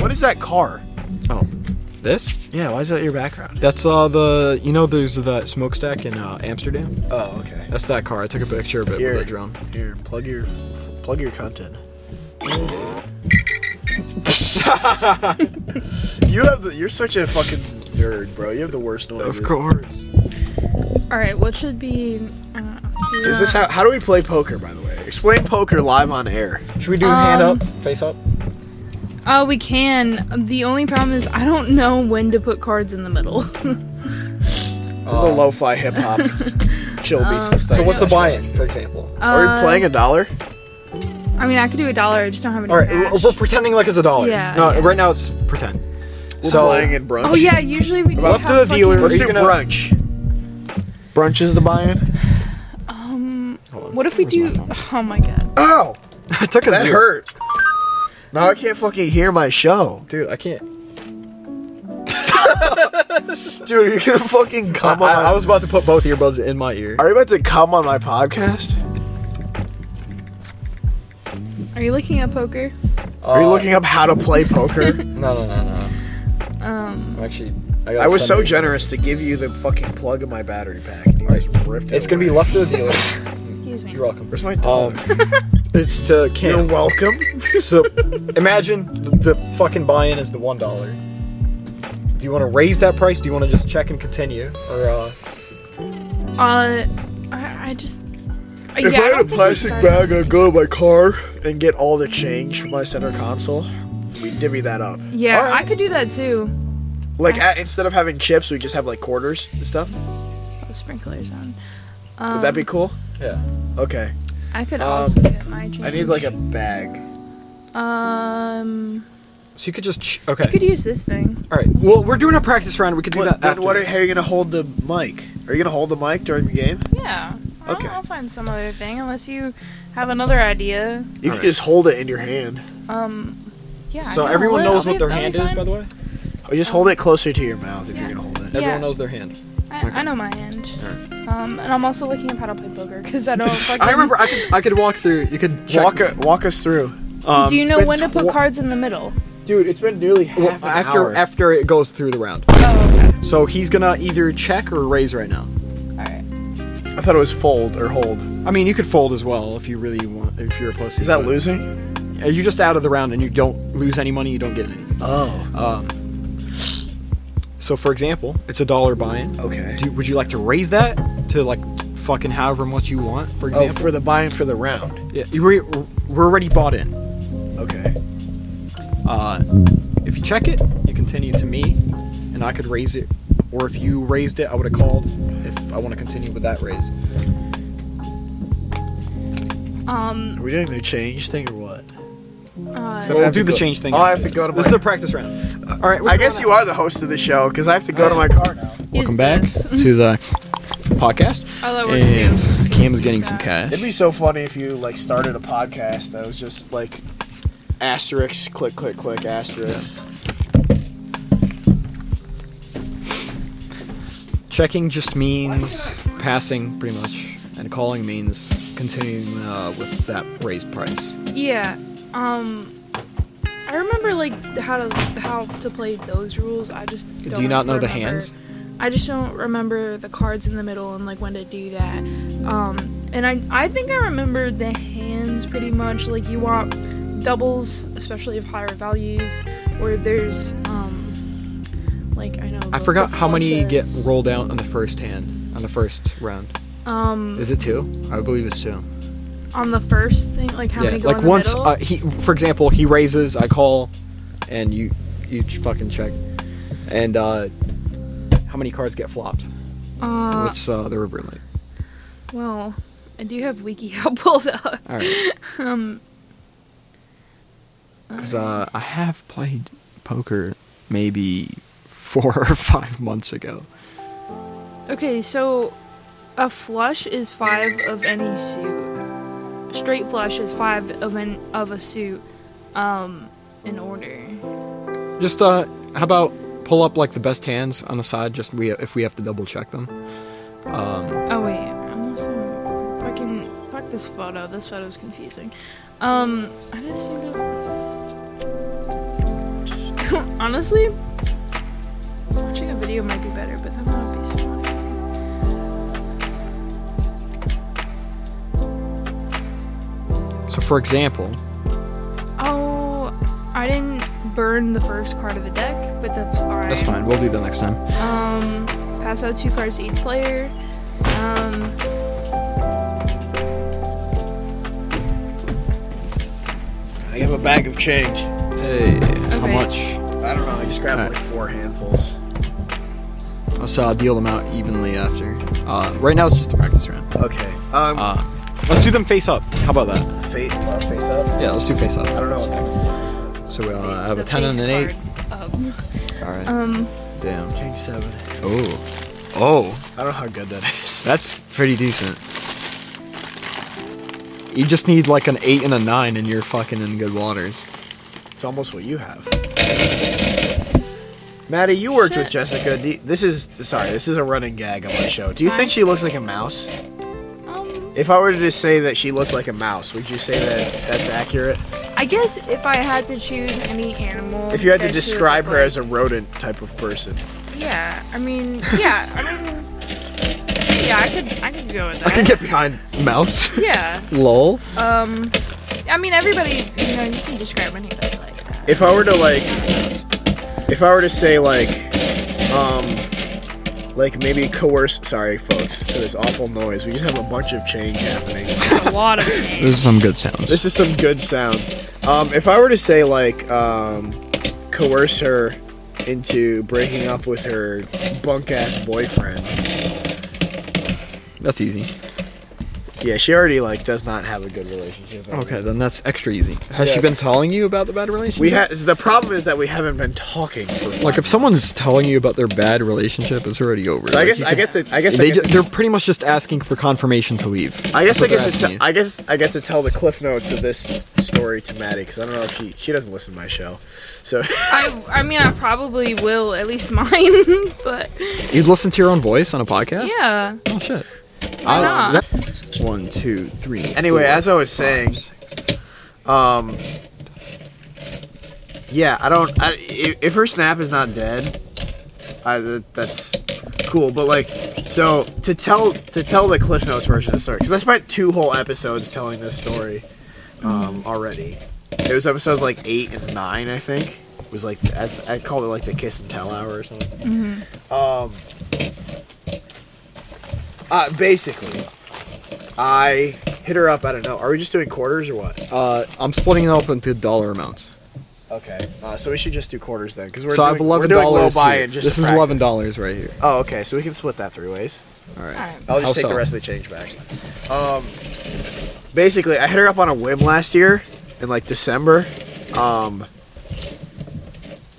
S1: What is that car?
S2: Oh, this?
S1: Yeah, why is that your background?
S2: That's uh the you know there's that smokestack in uh, Amsterdam.
S1: Oh, okay.
S2: That's that car. I took a picture of it
S1: Here.
S2: with a drone.
S1: Here, plug your plug your content. you have the, you're such a fucking nerd, bro. You have the worst noises.
S2: course. e-
S3: All right. What should be? Uh,
S1: Is this how how do we play poker by the way? Explain poker live on air.
S2: Should we do hand up, face up?
S3: Oh, we can. The only problem is I don't know when to put cards in the middle.
S1: This is the lo-fi hip hop chill beats and stuff.
S2: So what's the buy-in, for example?
S1: Are we playing a dollar?
S3: Uh, I mean, I could do a dollar. I just don't have any
S2: All right,
S3: cash.
S2: we're, we're pretending like it's a dollar.
S3: Yeah,
S2: No,
S3: yeah.
S2: right now it's pretend.
S1: We're
S2: so
S1: playing in brunch.
S3: oh yeah. Usually we do.
S2: Up
S3: have
S2: to the
S3: fucking-
S2: dealer.
S1: Let's
S2: Are
S1: do
S2: you gonna-
S1: brunch. Brunch is the buy-in.
S3: Um.
S2: Hold on,
S3: What if we
S2: where's my
S3: do?
S2: phone?
S3: Oh my god.
S1: Oh,
S2: I took a
S1: that
S2: zero.
S1: hurt. Now I can't fucking hear my show,
S2: dude. I can't.
S1: dude. You're gonna fucking
S2: I,
S1: come on.
S2: I,
S1: my-
S2: I was about to put both earbuds in my ear.
S1: Are you about to come on my podcast?
S3: Are you looking at poker?
S1: Are you looking up how to play poker?
S2: Uh, No, no, no, no.
S3: Um.
S2: I'm actually. gotta
S1: I was
S2: send
S1: so
S2: you-
S1: generous to give you the fucking plug of my battery pack. And you just ripped it
S2: It's gonna be
S1: away.
S2: left to the dealer.
S3: Excuse me.
S2: You're welcome. Um,
S1: Where's my dollar?
S2: it's to
S1: You're
S2: Cam.
S1: welcome.
S2: so imagine the, the fucking buy-in is the one dollar. Do you want to raise that price? Do you want to just check and continue, or uh,
S3: Uh. I, I just.
S1: If
S3: yeah,
S1: I had
S3: don't
S1: a
S3: think we
S1: plastic
S3: started.
S1: bag, I'd go to my car and get all the change from my center console. We divvy that up.
S3: Yeah,
S2: Alright.
S3: I could do that too.
S1: Like at, instead of having chips, we just have like quarters and stuff. Would
S3: Put the sprinklers on.
S1: that
S3: Um,
S1: be cool?
S2: yeah?
S1: Okay.
S3: I could
S2: Um,
S3: also get my change.
S1: I need like a bag.
S3: Um.
S2: So you could just ch-
S3: I could
S2: okay.
S3: use this thing.
S2: All right. Well, we're doing a practice round. We could do
S1: What,
S2: that.
S1: then what are,
S2: afterwards.
S1: how are you gonna hold the mic? Are you gonna hold the mic during the game?
S3: Yeah. I'll-
S1: Okay.
S3: I'll find some other thing unless you have another
S1: You
S3: idea.
S2: All
S1: can
S2: right.
S1: just hold it in your hand.
S3: Um, yeah.
S2: So everyone knows what their hand is, by the way.
S1: Or just hold it closer to your mouth if
S3: Yeah.
S1: you're gonna hold it.
S3: Yeah.
S2: Everyone knows their hand.
S3: I,
S2: Okay.
S3: I know my hand. Um, and I'm also looking up how to play poker because I don't. fucking-
S2: I remember I could I could walk through. You could check,
S1: Walk u- walk us through,
S2: Um,
S3: Do you
S1: it's
S3: know
S1: been
S3: when to put
S1: tw-
S3: cards in the middle?
S1: dude. It's been nearly half
S2: well,
S1: an
S2: after
S1: hour.
S2: after it goes through the round?
S3: Oh, okay.
S2: So he's gonna either check or raise right now.
S3: All right.
S1: I thought it was fold or hold.
S2: I mean, you could fold as well if you really want. If you're a pussy.
S1: Is that
S2: but-
S1: losing?
S2: Uh, You're just out of the round and you don't lose any money. You don't get anything.
S1: Oh,
S2: Um, so, for example, it's a dollar buy-in.
S1: Oh, okay.
S2: Do, would you like to raise that to like fucking however much you want? For
S1: oh,
S2: example,
S1: for the buy-in for the round.
S2: yeah, you re- we're already bought in.
S1: Okay.
S2: Uh, if you check it, you continue to me, and I could raise it. Or if you raised it, I would have called. If I want to continue with that raise,
S1: Are
S3: Um.
S1: we doing the change thing or what?
S3: Uh,
S1: So-
S2: we'll
S1: have
S2: do
S1: to
S2: the
S1: go-
S2: change thing.
S1: Oh, I have to go
S2: afterwards.
S1: to
S2: This
S1: my- Uh,
S2: is a practice round. All right.
S1: I guess you are the host of the show because I have to go to my car now.
S3: use
S2: Welcome back
S3: this.
S2: to the podcast.
S3: Oh, that works
S2: And
S3: too.
S2: Cam's getting some
S3: Exactly.
S2: cash.
S1: It'd be so funny if you like started a podcast that was just like asterisk, click, click, click, asterisk.
S2: Checking just means passing, pretty much, and calling means continuing uh, with that raised price.
S3: Yeah. Um. I remember like how to how to play those rules. I just don't
S2: Do you not know the
S3: remember-
S2: hands?
S3: I just don't remember the cards in the middle and like when to do that. Um, and I I think I remember the hands pretty much. Like you want doubles, especially of higher values, or there's um, Like I know.
S2: I
S3: both
S2: forgot
S3: the
S2: how many get
S3: flushes.
S2: rolled out on the first hand, on the first round.
S3: Um,
S2: Is it two? I believe it's two.
S3: on the first thing, like how many go
S2: like
S3: in the
S2: once
S3: middle?
S2: uh, he, for example, he raises, I call, and you, you ch- fucking check, and uh, how many cards get flopped?
S3: Uh,
S2: What's uh, the river like?
S3: well, I do have WikiHow pulled up.
S2: All right,
S3: Um,
S2: because uh, I have played poker maybe four or five months ago.
S3: okay, so a flush is five of any suit. Straight flush is five of an of a suit, um, in order.
S2: Just uh, how about pull up like the best hands on the side, just we if we have to double check them. Um,
S3: Oh wait, I'm also fucking fuck this photo. This photo's confusing. Um, I just think that honestly, watching a video might be better, but that's not be so much.
S2: so for example,
S3: Oh, I didn't burn the first card of the deck, but that's fine.
S2: that's fine. We'll do that next time.
S3: Um, pass out two cards to each player. Um.
S1: I have a bag of change.
S2: Hey, how
S3: Okay.
S2: much?
S1: I don't know. I just grabbed
S2: Alright.
S1: like four handfuls.
S2: Let's uh, deal them out evenly after. Uh, right now it's just a practice round.
S1: Okay. Um,
S2: Uh, let's do them face up. How about that?
S1: fa- uh, face up.
S2: Yeah, let's do face up.
S1: I don't know. What that
S2: So we uh, have
S3: the
S2: a ten and
S3: face
S2: an eight.
S3: card up.
S2: All right.
S3: Um,
S2: Damn.
S1: King seven.
S2: Oh. Oh,
S1: I don't know how good that is.
S2: that's pretty decent. You just need like an eight and a nine, and you're fucking in good waters.
S1: It's almost what you have. Maddie, you worked with Jessica. Do you- this is sorry. This is a running gag on my show. Do you
S3: Fine.
S1: think she looks like a mouse?
S3: um,
S1: If I were to just say that she looked like a mouse, would you say that that's accurate?
S3: I guess if I had to choose any animal,
S1: If you had to
S3: that she would
S1: describe
S3: look
S1: her
S3: like-
S1: as a rodent type of person,
S3: yeah, I mean, yeah, I mean, yeah, I could, I could go with that.
S2: I can get behind mouse.
S3: yeah,
S2: Lol.
S3: um, I mean, everybody, you know, you can describe anybody like that.
S1: if I were to like, if I were to say like, um, like maybe coerce. Sorry, folks, for this awful noise. We just have a bunch of change happening.
S3: It's a lot of names.
S2: Those are some good sounds.
S1: This is some good sound. Um, if I were to say like um, coerce her into breaking up with her bunk ass boyfriend,
S2: That's easy.
S1: yeah, she already like does not have a good relationship.
S2: Okay, then that's extra easy. Has she
S1: Yeah.
S2: been telling you about the bad relationship?
S1: We ha- the problem is that we haven't been talking for
S2: Like if someone's telling you about their bad relationship, it's already over.
S1: So I
S2: Like,
S1: guess
S2: you
S1: I
S2: can-
S1: get to I guess I
S2: they
S1: get
S2: ju-
S1: to,
S2: they're pretty much just asking for confirmation to leave.
S1: I guess I
S2: That's what
S1: get to
S2: they're
S1: te-
S2: asking
S1: I guess I get to tell the cliff notes of this story to Maddie because I don't know if she she doesn't listen to my show, so
S3: I, I mean, I probably will, at least mine, but
S2: you. would listen to your own voice on a podcast.
S3: yeah.
S2: Oh shit.
S3: Why not?
S2: that- one, two, three.
S1: Anyway,
S2: four,
S1: as I was saying, um, yeah, I don't. I, if, if her snap is not dead, I, that- that's cool. But like, so to tell to tell the Cliff Notes version of the story, because I spent two whole episodes telling this story um, already. It was episodes like eight and nine, I think. It was like I, I called it like the kiss and tell hour or something. Um, uh, basically, I hit her up. I don't know. Are we just doing quarters or what?
S2: uh, I'm splitting it up into dollar amounts.
S1: Okay. Uh, so we should just do quarters then, because we're
S2: so I
S1: doing,
S2: have eleven
S1: we're doing low
S2: dollars.
S1: buy
S2: Here.
S1: and just
S2: This
S1: to
S2: is
S1: practice.
S2: eleven dollars right here.
S1: Oh, okay. So we can split that three ways.
S2: All right.
S3: Alright.
S1: I'll just
S2: How
S1: take
S2: so?
S1: the rest of the change back. Um, basically, I hit her up on a whim last year in like December. Um,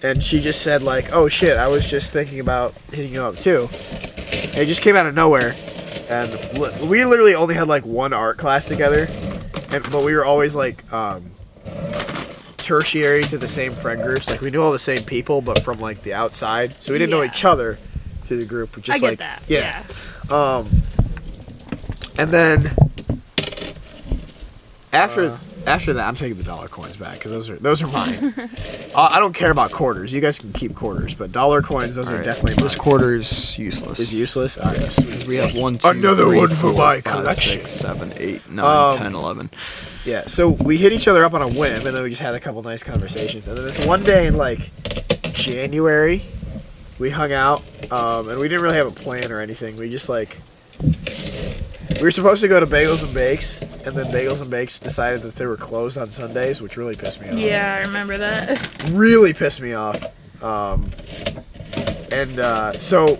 S1: and she just said like, "Oh shit, I was just thinking about hitting you up too." And it just came out of nowhere, and li- we literally only had like one art class together, and but we were always like um, tertiary to the same friend groups. Like we knew all the same people, but from like the outside, so we didn't know
S3: Yeah.
S1: each other to the group. Just
S3: I get
S1: like
S3: that.
S1: yeah. Um, and then after
S2: Uh.
S1: after that, I'm taking the dollar coins back because those are those are mine. uh, I don't care about quarters. You guys can keep quarters, but dollar coins, those are
S2: All right.
S1: definitely mine.
S2: This quarter's useless.
S1: is useless. Ah, All right, sweet.
S2: 'Cause We have one, two,
S1: Another
S2: three,
S1: one for
S2: four,
S1: my
S2: five,
S1: collection.
S2: six, seven, eight, nine,
S1: Um,
S2: 10, 11.
S1: Yeah, so we hit each other up on a whim, and then we just had a couple nice conversations. And then this one day in like January, we hung out, um, and we didn't really have a plan or anything. We just like we were supposed to go to Bagels and Bakes, and then Bagels and Bakes decided that they were closed on Sundays, which really pissed me off.
S3: Yeah, I remember that.
S1: really pissed me off. Um, and uh, so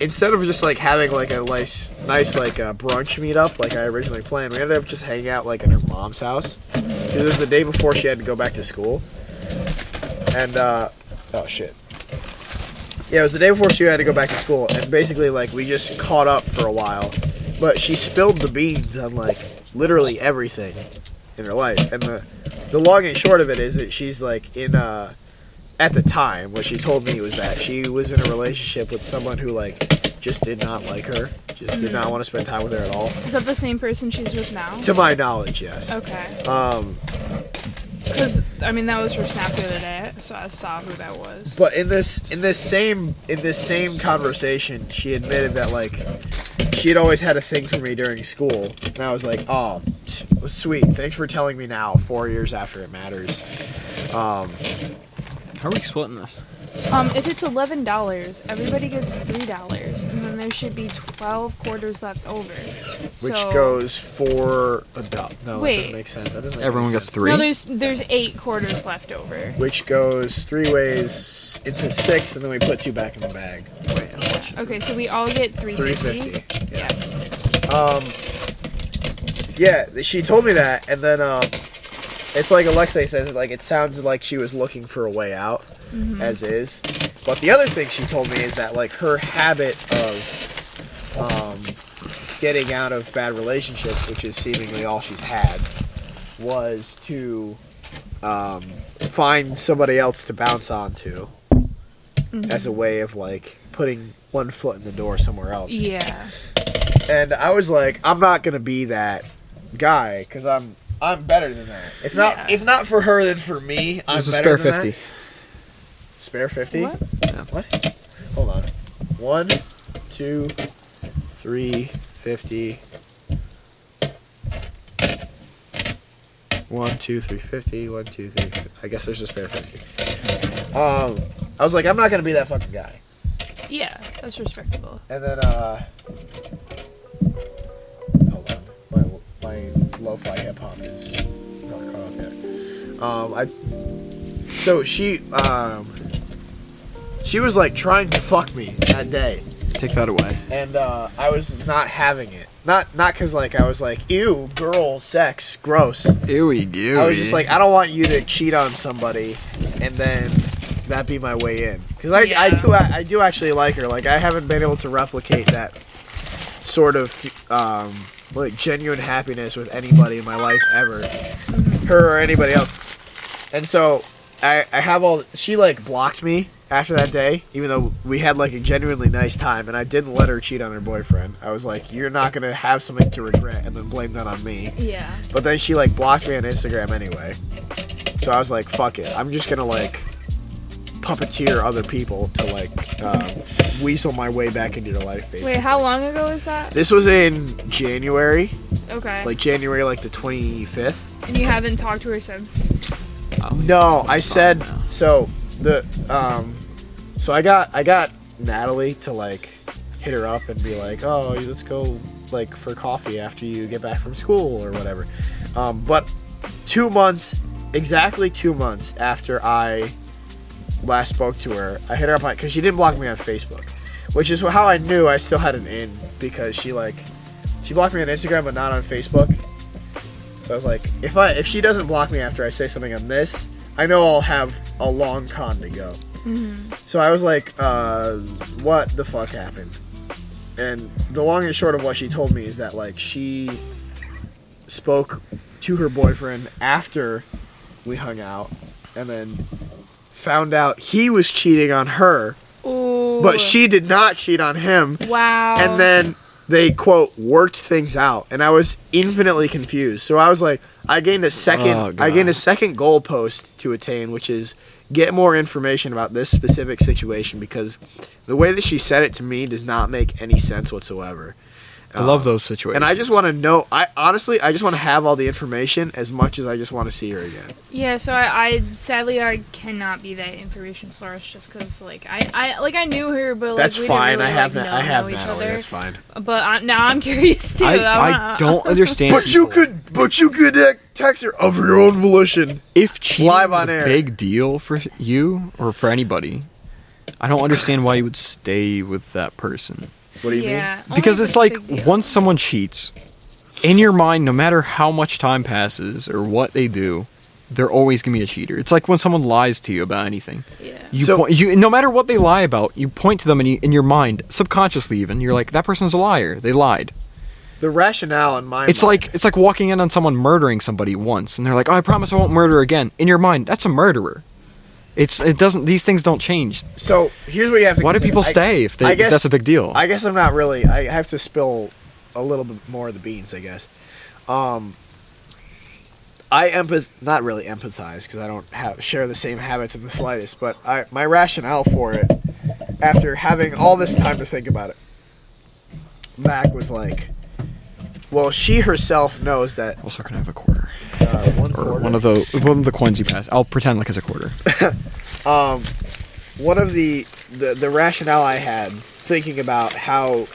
S1: instead of just like having like a nice, nice like uh, brunch meetup like I originally planned, we ended up just hanging out like in her mom's house. 'Cause It was the day before she had to go back to school. And uh, oh shit. Yeah, it was the day before she had to go back to school, and basically like we just caught up for a while. But she spilled the beans on like literally everything in her life, and the the long and short of it is that she's like in uh at the time what she told me was that she was in a relationship with someone who like just did not like her just did
S3: Mm-hmm.
S1: not want to spend time with her at all
S3: Is that the same person she's with now?
S1: to my knowledge yes
S3: Okay.
S1: um
S3: Because, I mean, that was her snap the other day, so I saw who that was.
S1: but in this in this same in this same conversation she admitted that like she had always had a thing for me during school and i was like oh t- sweet thanks for telling me now four years after it matters um
S2: How are we splitting this?
S3: Um, if it's eleven dollars, everybody gets three dollars, and then there should be twelve quarters left over.
S1: which
S3: So-
S1: goes for a dollar. No, that
S3: Wait.
S1: doesn't make sense. That doesn't. Make
S2: Everyone
S1: any
S2: gets
S1: sense.
S2: three.
S3: No, there's there's eight quarters left over.
S1: Which goes three ways into six, and then we put two back in the bag. Wait, how much is
S3: Okay, so we all get three
S1: Three
S3: fifty.
S1: fifty.
S3: Yeah.
S1: Um. Yeah, th- she told me that, and then um, it's like Alexei says, like it sounds like she was looking for a way out, as is. But the other thing she told me is that like her habit of um, getting out of bad relationships, which is seemingly all she's had, was to um, find somebody else to bounce onto as a way of like putting one foot in the door somewhere else.
S3: Yeah.
S1: And I was like, I'm not gonna be that guy because I'm I'm better than that. If not
S3: Yeah.
S1: if not for her, then for me, I'm
S2: There's a
S1: better than
S2: spare
S1: that.
S2: fifty.
S1: Spare fifty.
S3: What?
S1: What? Hold on. One, two, three, fifty. One, two, three, fifty. One, two, three. 50. I guess there's a spare fifty. Um, I was like, I'm not gonna be that fucking guy.
S3: Yeah, that's respectable.
S1: And then, uh. Hold on. My, my lo fi hip hop is. Oh, okay. Um, I. So she, um. She was like trying to fuck me that day
S2: Take that away.
S1: and uh, I was not having it. Not not because like I was like, ew, girl, sex, gross.
S2: Ewy gooey.
S1: I was just like, I don't want you to cheat on somebody, and then that be my way in. Because I, I
S3: Yeah.
S1: do I, I do actually like her. Like I haven't been able to replicate that sort of um, like genuine happiness with anybody in my life ever, her or anybody else. And so I I have all she like blocked me after that day, even though we had like a genuinely nice time, and I didn't let her cheat on her boyfriend. I was like, you're not gonna have something to regret, and then blame that on me.
S3: Yeah.
S1: But then she like blocked me on Instagram anyway. So I was like, fuck it. I'm just gonna like puppeteer other people to like um, weasel my way back into your life. Basically.
S3: Wait, how long ago was that?
S1: This was in January,
S3: Okay.
S1: like January like the 25th.
S3: and you haven't talked to her since.
S1: No, I said so the um so I got I got Natalie to like hit her up and be like, "Oh, let's go like for coffee after you get back from school or whatever." Um but 2 months exactly 2 months after I last spoke to her, I hit her up cuz she didn't block me on Facebook, which is how I knew I still had an in because she like she blocked me on Instagram but not on Facebook. So I was like, if I if she doesn't block me after I say something on this, I know I'll have a long con to go. So I was like, uh, what the fuck happened? And the long and short of what she told me is that like she spoke to her boyfriend after we hung out, and then found out he was cheating on her,
S3: Ooh.
S1: but she did not cheat on him
S3: Wow.
S1: and then they quote worked things out and i was infinitely confused so i was like i gained a second
S2: Oh, God.
S1: i gained a second goal post to attain which is get more information about this specific situation because the way that she said it to me does not make any sense whatsoever Um,
S2: I love those situations.
S1: uh, And I just want to know. I honestly, I just want to have all the information as much as I just want to see her again.
S3: Yeah, so I, I sadly I cannot be that information source just because like I, I like I knew her, but like
S1: That's
S3: we
S1: fine.
S3: Didn't really,
S1: I have.
S3: like,
S1: na-
S3: know,
S1: I have
S3: know each
S1: Natalie.
S3: other.
S1: That's fine.
S3: But I, now I'm curious too.
S2: I,
S3: I'm
S2: I
S3: not-
S2: don't understand.
S1: But you
S2: people.
S1: could. But you could uh, text her of your own volition.
S2: if cheating
S1: Live
S2: was
S1: on
S2: a
S1: air.
S2: big deal for you or for anybody, I don't understand why you would stay with that person.
S1: What do you mean?
S3: yeah, only
S2: Because
S3: if
S2: it's like
S3: a big deal.
S2: once someone cheats, in your mind, no matter how much time passes or what they do, they're always gonna be a cheater. It's like when someone lies to you about anything.
S3: Yeah.
S2: You,
S1: So-
S2: point, you no matter what they lie about, you point to them and you, in your mind, subconsciously even, you're like, that person's a liar. They lied.
S1: The rationale in my.
S2: It's
S1: mind-
S2: like it's like walking in on someone murdering somebody once, and they're like, "Oh, I promise I won't murder again." In your mind, that's a murderer. It's it doesn't these things don't change.
S1: So here's what you have to.
S2: Why do
S1: consider.
S2: people
S1: I-
S2: stay if, they,
S1: I
S2: if
S1: guess-
S2: that's a big deal?
S1: I guess I'm not really. I have to spill a little bit more of the beans, I guess. Um, I empath not really empathize because I don't have share the same habits in the slightest. But I my rationale for it after having all this time to think about it, Mac was like, "Well, she herself knows that
S2: also, can I have a quarter
S1: uh, one
S2: or
S1: quarter-
S2: one of the one of the coins you pass? I'll pretend like it's a quarter.
S1: um, one of the, the the rationale I had thinking about how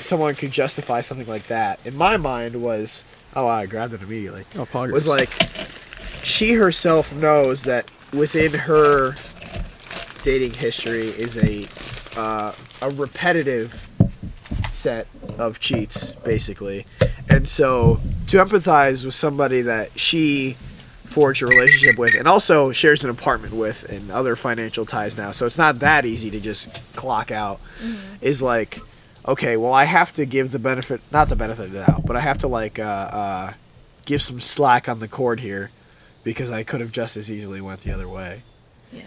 S1: someone could justify something like that in my mind was oh I grabbed it immediately
S2: Oh, poggers.
S1: was like she herself knows that within her dating history is a uh, a repetitive set of cheats basically and so to empathize with somebody that she forged a relationship with and also shares an apartment with and other financial ties now so it's not that easy to just clock out is like okay well i have to give the benefit not the benefit of the doubt but i have to like uh, uh, give some slack on the cord here because i could have just as easily went the other way
S3: Yeah.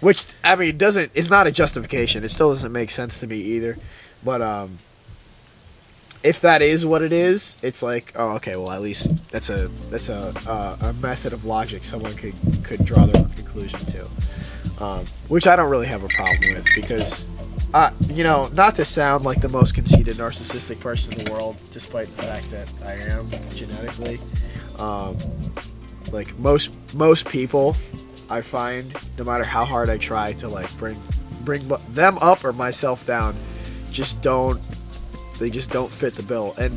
S1: which i mean doesn't it's not a justification it still doesn't make sense to me either but um if that is what it is it's like oh okay well at least that's a that's a uh, a method of logic someone could could draw their own conclusion to um, which i don't really have a problem with because uh, you know not to sound like the most conceited narcissistic person in the world despite the fact that i am genetically um, like most most people I find no matter how hard I try to like bring bring bu- them up or myself down just don't they just don't fit the bill and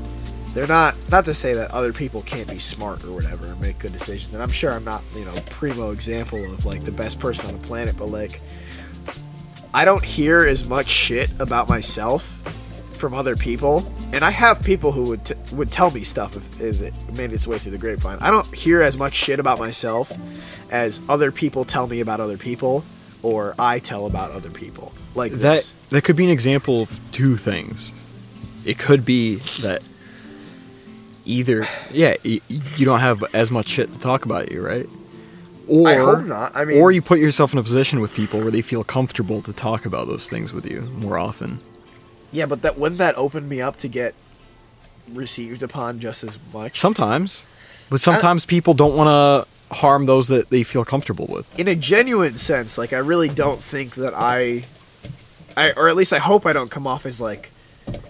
S1: they're not not to say that other people can't be smart or whatever and make good decisions and I'm sure I'm not you know primo example of like the best person on the planet but like I don't hear as much shit about myself from other people, and I have people who would t- would tell me stuff if, if it made its way through the grapevine. I don't hear as much shit about myself as other people tell me about other people, or I tell about other people. Like
S2: that
S1: this.
S2: that could be an example of two things. It could be that either yeah y- you don't have as much shit to talk about you right, or
S1: I hope not. I mean-
S2: or you put yourself in a position with people where they feel comfortable to talk about those things with you more often.
S1: yeah, but that wouldn't that open me up to get received upon just as much?
S2: Sometimes, but sometimes people don't want to harm those that they feel comfortable with.
S1: in a genuine sense, like I really don't think that I, I or at least I hope I don't come off as like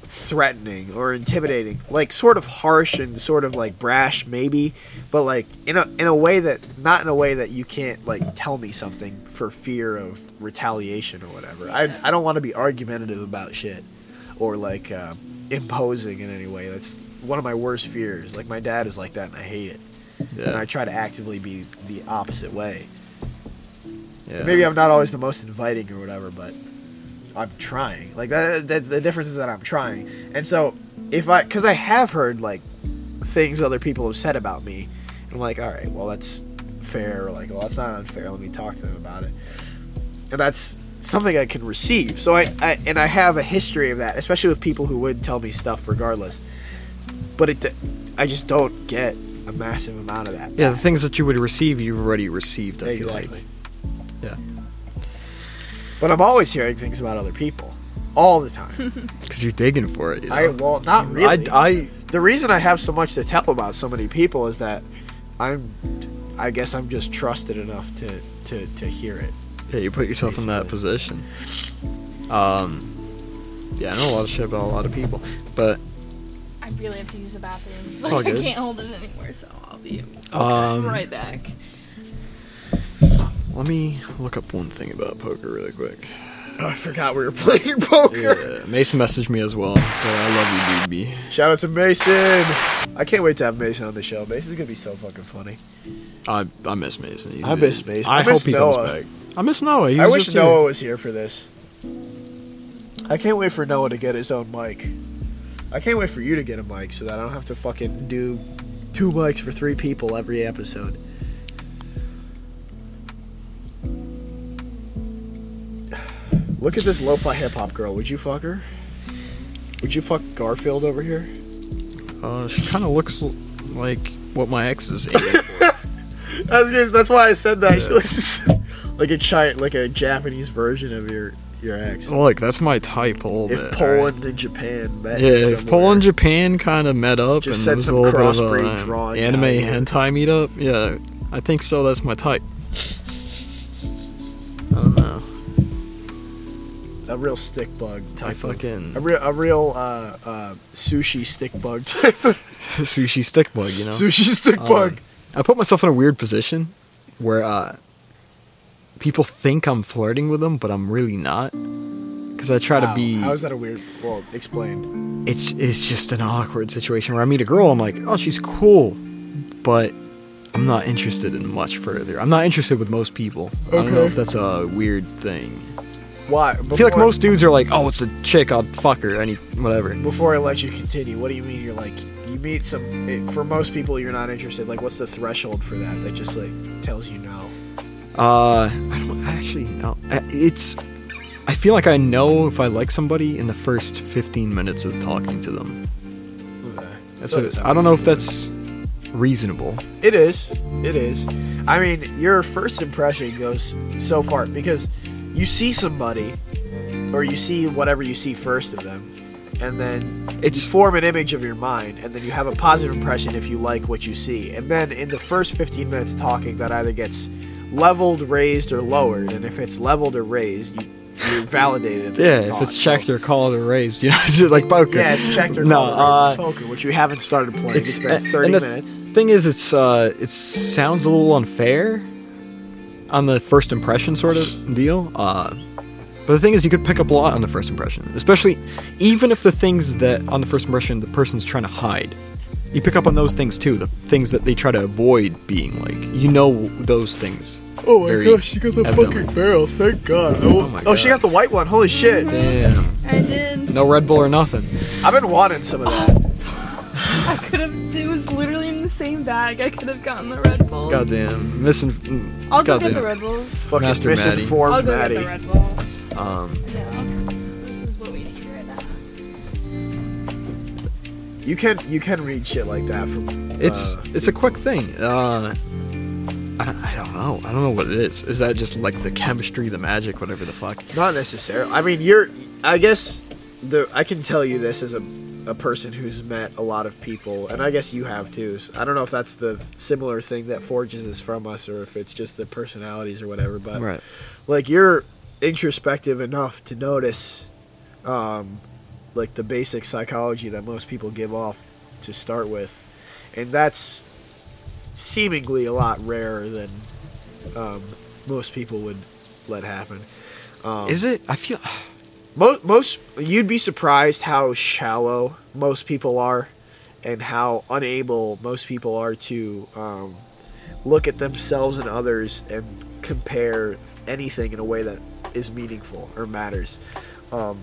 S1: threatening or intimidating, like sort of harsh and sort of like brash maybe, but like in a in a way that not in a way that you can't like tell me something for fear of retaliation or whatever. I I don't want to be argumentative about shit or like uh, imposing in any way. That's one of my worst fears. Like my dad is like that and I hate it. And I
S2: Yeah,
S1: try to actively be the opposite way.
S2: yeah.
S1: Maybe I'm not always the most inviting or whatever, but I'm trying. Like that, that the difference is that I'm trying. And so if I, because I have heard like things other people have said about me, and I'm like, all right, well that's fair. Or like, well that's not unfair. Let me talk to them about it. And that's something I can receive. So I, I and I have a history of that, especially with people who would tell me stuff regardless. But it, I just don't get a massive amount of that.
S2: yeah. The things that you would receive, you've already received. I feel like.
S1: Exactly.
S2: Yeah.
S1: But I'm always hearing things about other people, all the time.
S2: Because you're digging for it. You know?
S1: I well, not really.
S2: I, I
S1: the reason I have so much to tell about so many people is that I'm, I guess I'm just trusted enough to to to hear it.
S2: Yeah, you put yourself in that position. Um, yeah, I know a lot of shit about a lot of people, but
S3: really have to use the bathroom.
S2: all
S3: Like, I
S2: good.
S3: can't hold it anymore, so I'll be
S2: Um,
S3: right back.
S2: Let me look up one thing about poker really quick.
S1: I forgot we were playing poker.
S2: Yeah, Mason messaged me as well, so I love you, dude.
S1: Shout out to Mason. I can't wait to have Mason on the show. Mason's gonna be so fucking funny.
S2: I I miss Mason. He's
S1: I
S2: the-
S1: miss Mason.
S2: I,
S1: I
S2: hope
S1: miss
S2: he
S1: Noah.
S2: comes back. I miss Noah. He
S1: I
S2: was
S1: wish
S2: just here.
S1: Noah was here for this. I can't wait for Noah to get his own mic. I can't wait for you to get a mic so that I don't have to fucking do two mics for three people every episode. Look at this lo-fi hip-hop girl. Would you fuck her? Would you fuck Garfield over here?
S2: Uh, she kind of looks l- like what my ex is. aiming for.
S1: I was gonna, that's why I said that. She looks like a giant, like a Japanese version of your your ex.
S2: Look, that's my type a little
S1: if
S2: bit. alright?
S1: Poland and Japan met,
S2: Yeah,
S1: somewhere,
S2: if Poland Japan kind of met up
S1: Just
S2: and
S1: send
S2: was
S1: some
S2: a little bit of
S1: crossbreed
S2: a,
S1: drawing
S2: anime
S1: out here.
S2: hentai meetup. Yeah, I think so. That's my type. I don't know.
S1: a real stick bug
S2: I
S1: type, of, a
S2: fucking
S1: real a real uh, uh, sushi stick bug type, of,
S2: sushi stick bug, you know. Um,
S1: sushi stick
S2: Uh,
S1: bug.
S2: I put myself in a weird position where uh, people think I'm flirting with them, but I'm really not. Because I try
S1: Wow,
S2: to be.
S1: How is that a weird? Well, explained.
S2: It's it's just an awkward situation where I meet a girl, I'm like, oh, she's cool, but I'm not interested in much further. I'm not interested with most people. I don't know
S1: Okay.
S2: if that's a weird thing.
S1: Why?
S2: I feel like
S1: Before-
S2: most dudes are like, oh, it's a chick, I'll fuck her, any whatever.
S1: Before I let you continue, what do you mean? You're like you meet some. It, for most people, you're not interested. Like, what's the threshold for that? That just like tells you no.
S2: Uh, I don't I actually know. I- It's. I feel like I know if I like somebody in the first 15 minutes of talking to them.
S1: Okay.
S2: That's
S1: So
S2: a,
S1: it's-
S2: I don't know if that's reasonable.
S1: It is. It is. I mean, your first impression goes so far because you see somebody or you see whatever you see first of them and then
S2: It's-
S1: you form an image of your mind and then you have a positive impression if you like what you see. And then in the first 15 minutes talking that either gets leveled, raised or lowered and if it's leveled or raised, you you're validated. in that
S2: Yeah, if
S1: thought.
S2: it's
S1: So-
S2: checked or called or raised, you know, it's just like poker.
S1: Yeah, it's checked or
S2: no.
S1: called or raised in
S2: uh,
S1: poker, which you haven't started playing.
S2: it's
S1: It's
S2: uh,
S1: been
S2: and
S1: 30
S2: the
S1: minutes.
S2: Thing is, it's uh, it sounds a little unfair on the first impression sort of deal. Uh, but the thing is, you could pick up a lot on the first impression, especially even if the things that on the first impression the person's trying to hide. You pick up on those things too, the things that they try to avoid being like. You know those things.
S1: Oh
S2: very evidently.
S1: barrel. Thank God.
S2: Oh my
S1: Oh, she
S2: God.
S1: got the white one. Holy shit.
S2: Damn.
S3: I did.
S2: No Red Bull or nothing.
S1: I've been wanting some of that.
S3: I could have. It was literally in the same bag. I could have gotten the Red Bulls.
S2: Goddamn. Missing.
S3: I'll go
S2: goddamn.
S3: get the Red Bulls.
S1: Fucking
S2: Master Matty.
S1: misinformed
S3: I'll go
S1: Maddie.
S3: get the Red Bulls.
S2: Um,
S3: Yeah, this is what we need right now.
S1: You can you can read shit like that from.
S2: it's
S1: uh,
S2: it's a quick thing. Uh, I don't, I don't know. I don't know what it is. Is that just like the chemistry, the magic, whatever the fuck?
S1: not necessarily. I mean, you're. I guess the I can tell you this as a a person who's met a lot of people, and I guess you have too. So I don't know if that's the similar thing that forges us from us, or if it's just the personalities or whatever. But
S2: Right.
S1: like you're introspective enough to notice um, like the basic psychology that most people give off to start with and that's seemingly a lot rarer than um, most people would let happen um,
S2: Is it? I feel.
S1: most, most you'd be surprised how shallow most people are and how unable most people are to um, look at themselves and others and compare anything in a way that is meaningful or matters um,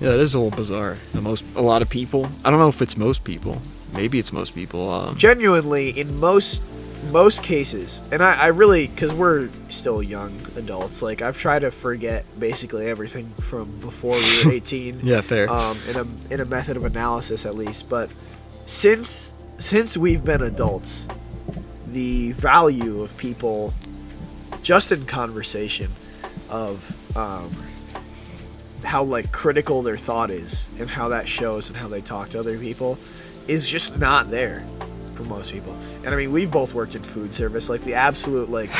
S2: Yeah, that is a little bizarre. The most, a lot of people. I don't know if it's most people. Maybe it's most people. Um,
S1: genuinely in most most cases and i, I really because we're still young adults like i've tried to forget basically everything from before we were 18
S2: yeah, fair.
S1: um, in a in a method of analysis at least. But since since we've been adults, the value of people just in conversation of um, how like critical their thought is and how that shows and how they talk to other people is just not there for most people. And I mean, we've both worked in food service, like the absolute like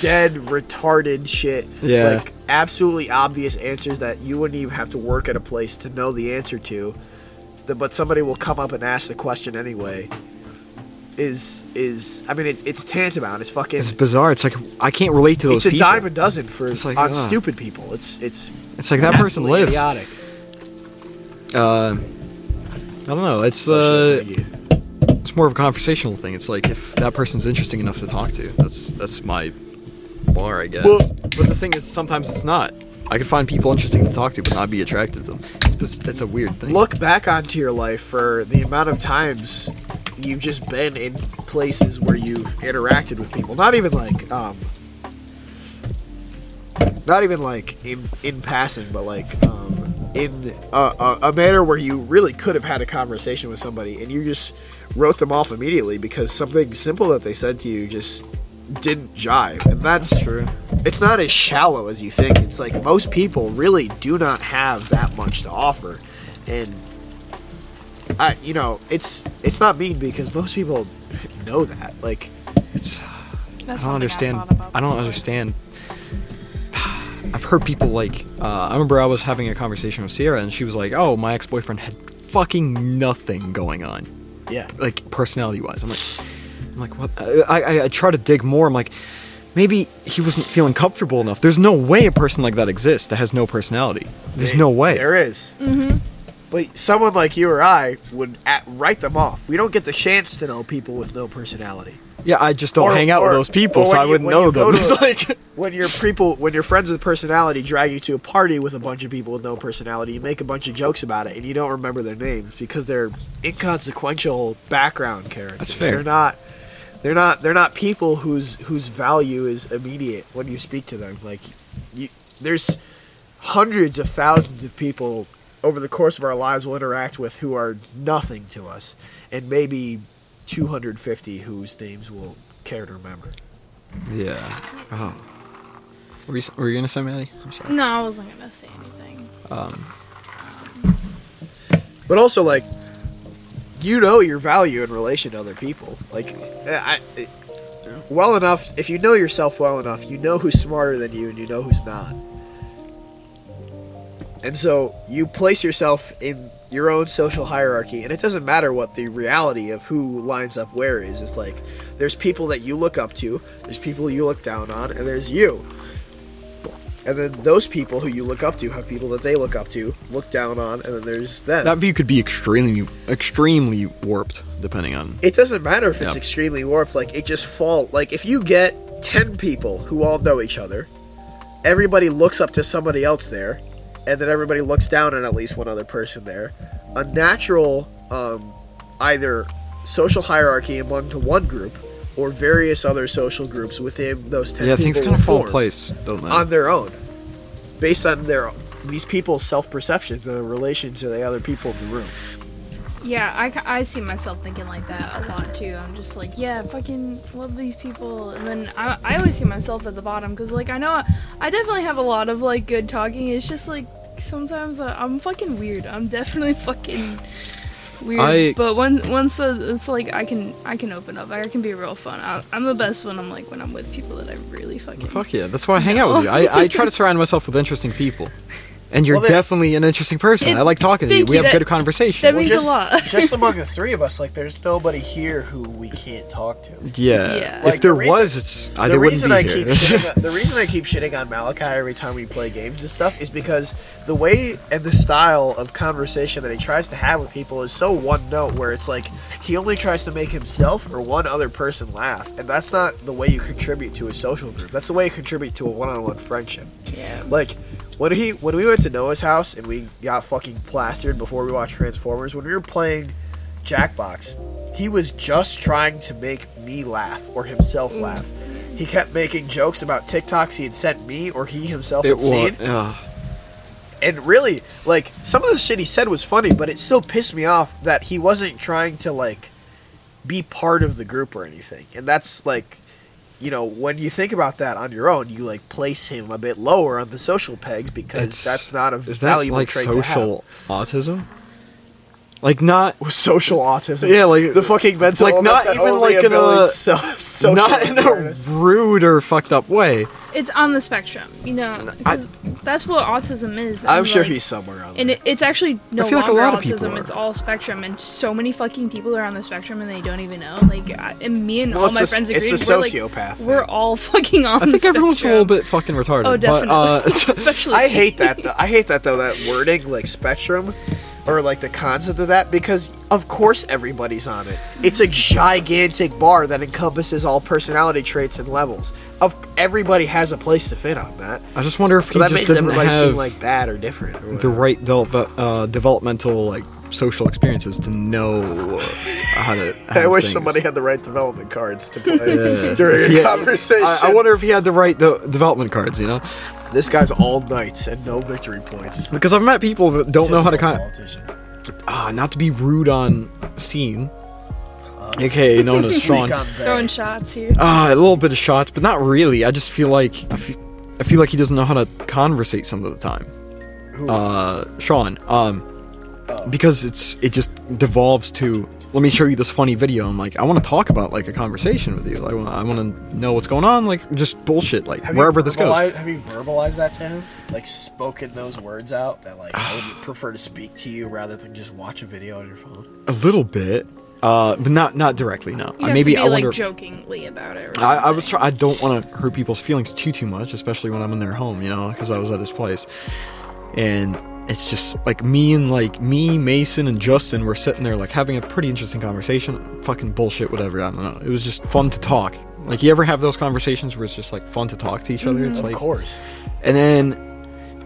S1: dead retarded shit.
S2: Yeah.
S1: Like absolutely obvious answers that you wouldn't even have to work at a place to know the answer to the, but somebody will come up and ask the question anyway. Is is I mean it, it's tantamount. It's fucking.
S2: It's bizarre. It's like I can't relate to those
S1: It's a
S2: people.
S1: dime a dozen for
S2: It's like,
S1: on
S2: ah.
S1: stupid people. It's it's
S2: It's like that person
S1: absolutely
S2: lives.
S1: Idiotic.
S2: Uh, I don't know. It's uh, it's more of a conversational thing. It's like if that person's interesting enough to talk to. That's that's my bar, I guess.
S1: Well-
S2: but the thing is, sometimes it's not. I could find people interesting to talk to, but not be attracted to them. It's, just- it's a weird thing.
S1: look back onto your life for the amount of times you've just been in places where you've interacted with people. Not even like, um, not even like in in passing, but like um, in a, a, a manner where you really could have had a conversation with somebody, and you just wrote them off immediately because something simple that they said to you just didn't jive, and that's,
S2: That's true.
S1: It's not as shallow as you think. It's like most people really do not have that much to offer, and I, you know, it's it's not mean because most people know that. Like,
S2: It's
S3: That's
S2: I don't
S3: something
S2: understand.
S3: I, thought about
S2: I don't
S3: before.
S2: understand. I've heard people like. Uh, I remember I was having a conversation with Sierra, and she was like, "Oh, my ex-boyfriend had fucking nothing going on."
S1: yeah,
S2: like personality wise. I'm like, I'm like, what? I, I, I try to dig more. I'm like, maybe he wasn't feeling comfortable enough. There's no way a person like that exists that has no personality. There's no way.
S1: There is. Mm-hmm. But someone like you or I would at, write them off. We don't get the chance to know people with no personality.
S2: yeah, I just don't
S1: Or-
S2: hang out with
S1: or-
S2: those people,
S1: or
S2: so
S1: when
S2: I
S1: you-
S2: wouldn't
S1: when you
S2: know
S1: go
S2: them.
S1: to a-
S2: It's like,
S1: When your people, when your friends with personality drag you to a party with a bunch of people with no personality, you make a bunch of jokes about it, and you don't remember their names because they're inconsequential background characters.
S2: fair.
S1: They're not. They're not. They're not people whose whose value is immediate when you speak to them. Like, you, there's hundreds of thousands of people over the course of our lives will interact with who are nothing to us, and maybe 250 whose names we'll care to remember.
S2: yeah. Oh. Were you, s- were you gonna say, Maddie? I'm sorry.
S3: No, I wasn't gonna say anything.
S2: Um,
S1: But also, like, you know your value in relation to other people. Like, eh, I, I- well enough, if you know yourself well enough, you know who's smarter than you and you know who's not. And so you place yourself in your own social hierarchy, and it doesn't matter what the reality of who lines up where is. It's like there's people that you look up to, there's people you look down on, and there's you. And then those people who you look up to have people that they look up to, look down on, and then there's them.
S2: that view could be extremely, extremely warped, depending on.
S1: it doesn't matter if it's
S2: Yeah.
S1: extremely warped like it just fall like if you get 10 people who all know each other everybody looks up to somebody else there and then everybody looks down on at least one other person there a natural um, either social hierarchy among the one group or various other social groups within those 10
S2: Yeah,
S1: people
S2: things kind
S1: will
S2: of fall in
S1: form
S2: place, don't they?
S1: on their own based on their these people's self-perception the relation to the other people in the room
S3: Yeah, I, ca- I see myself thinking like that a lot too. I'm just like, yeah, fucking love these people, and then I, I always see myself at the bottom because like I know I, I definitely have a lot of like good talking. It's just like sometimes I, I'm fucking weird. I'm definitely fucking weird.
S2: I-
S3: but once once uh, it's like I can I can open up. I can be real fun. I, I'm the best when I'm like when I'm with people that I really fucking.
S2: Fuck yeah, that's why I hang out with you. I, I try to surround myself with interesting people. And you're
S1: Well, that-
S2: definitely an interesting person.
S3: It-
S2: I like talking to you.
S3: thank
S2: We
S3: you,
S2: have
S3: that-
S2: good conversation.
S3: that means a lot.
S1: just among the three of us, like there's nobody here who we can't talk to.
S2: yeah.
S3: Yeah.
S2: If
S1: Like,
S2: there
S1: the reason-
S2: was, it's I,
S1: the
S2: they Ah, wouldn't
S1: reason
S2: be
S1: I
S2: here.
S1: keep shitting, the reason I keep shitting on Malachi every time we play games and stuff is because the way and the style of conversation that he tries to have with people is so one note, where it's like he only tries to make himself or one other person laugh, and that's not the way you contribute to a social group. That's the way you contribute to a one-on-one friendship.
S3: Yeah.
S1: Like when he when we went to Noah's house and we got fucking plastered before we watched Transformers, when we were playing Jackbox, he was just trying to make me laugh or himself laugh. He kept making jokes about TikToks he had sent me or he himself
S2: it
S1: had seen.
S2: was. Uh,
S1: And really, like some of the shit he said was funny, but it still pissed me off that he wasn't trying to like be part of the group or anything. And that's like, you know, when you think about that on your own, you like place him a bit lower on the social pegs because
S2: it's,
S1: that's not a
S2: is that
S1: valuable
S2: like
S1: trait
S2: social autism? Like not
S1: to have. Social autism.
S2: Yeah, like-
S1: the fucking mental
S2: like,
S1: illness
S2: not
S1: that
S2: even
S1: only
S2: like in a-
S1: abilities so- social
S2: not in a
S1: awareness.
S2: rude or fucked up way.
S3: it's on the spectrum, you know. 'cause that's what autism is.
S1: I'm
S3: and,
S1: sure
S3: like-
S1: he's somewhere on
S3: And it, it's actually no
S2: feel like a
S3: longer
S2: lot of people
S3: autism.
S2: are.
S3: It's all spectrum, and so many fucking people are on the spectrum, and they don't even know. Like, I, and me and
S1: Well,
S3: all
S1: it's
S3: my
S1: the-
S3: friends
S1: it's
S3: agree.
S1: the
S3: we're, like,
S1: sociopath thing.
S3: We're all fucking on.
S2: I think
S3: the
S2: everyone's a little
S3: spectrum.
S2: bit fucking retarded.
S3: Oh, definitely.
S2: But, uh,
S3: Especially.
S1: I hate that. Though. I hate that though. That wording, like spectrum, or like the concept of that, because of course everybody's on it. It's a gigantic bar that encompasses all personality traits and levels. Of everybody has a place to fit on that.
S2: I just wonder if
S1: So
S2: he
S1: that
S2: just
S1: makes
S2: didn't
S1: everybody
S2: have
S1: seem like bad or different. Or
S2: the
S1: whatever.
S2: right del- uh, developmental like social experiences to know uh, how to. How
S1: I
S2: to
S1: wish
S2: things.
S1: somebody had the right development cards to play
S2: Yeah.
S1: during a
S2: Yeah.
S1: conversation.
S2: I, I wonder if he had the right de- development cards, you know,
S1: This guy's all knights and no victory points.
S2: because I've met people that don't know how to kind.
S4: Politician.
S2: Ah, not to be rude on scene, aka known as Sean.
S4: Recon bay.
S3: throwing shots here.
S2: Ah, a little bit of shots, but not really. I just feel like I feel, I feel like he doesn't know how to conversate some of the time. Uh, Sean, um, because it's it just devolves to let me show you this funny video. I'm like, I want to talk about like a conversation with you. Like, I want I want to know what's going on. Like, just bullshit. Like
S4: Have you
S2: wherever this goes.
S4: verbalized- Have you verbalized that to him? Like spoken those words out that like I would prefer to speak to you rather than just watch a video on your phone.
S2: A little bit, uh, but not not directly. No,
S3: You
S2: Uh,
S3: have
S2: maybe
S3: to be,
S2: I
S3: like,
S2: wonder.
S3: jokingly about it. Or
S2: I, I was
S3: something.
S2: try- I don't want to hurt people's feelings too too much, especially when I'm in their home, you know, because I was at his place, and it's just like me and like me, Mason and Justin were sitting there like having a pretty interesting conversation. Fucking bullshit, whatever. I don't know. It was just fun to talk. Like you ever have those conversations where it's just like fun to talk to each other? It's like,
S4: Of course.
S2: and then.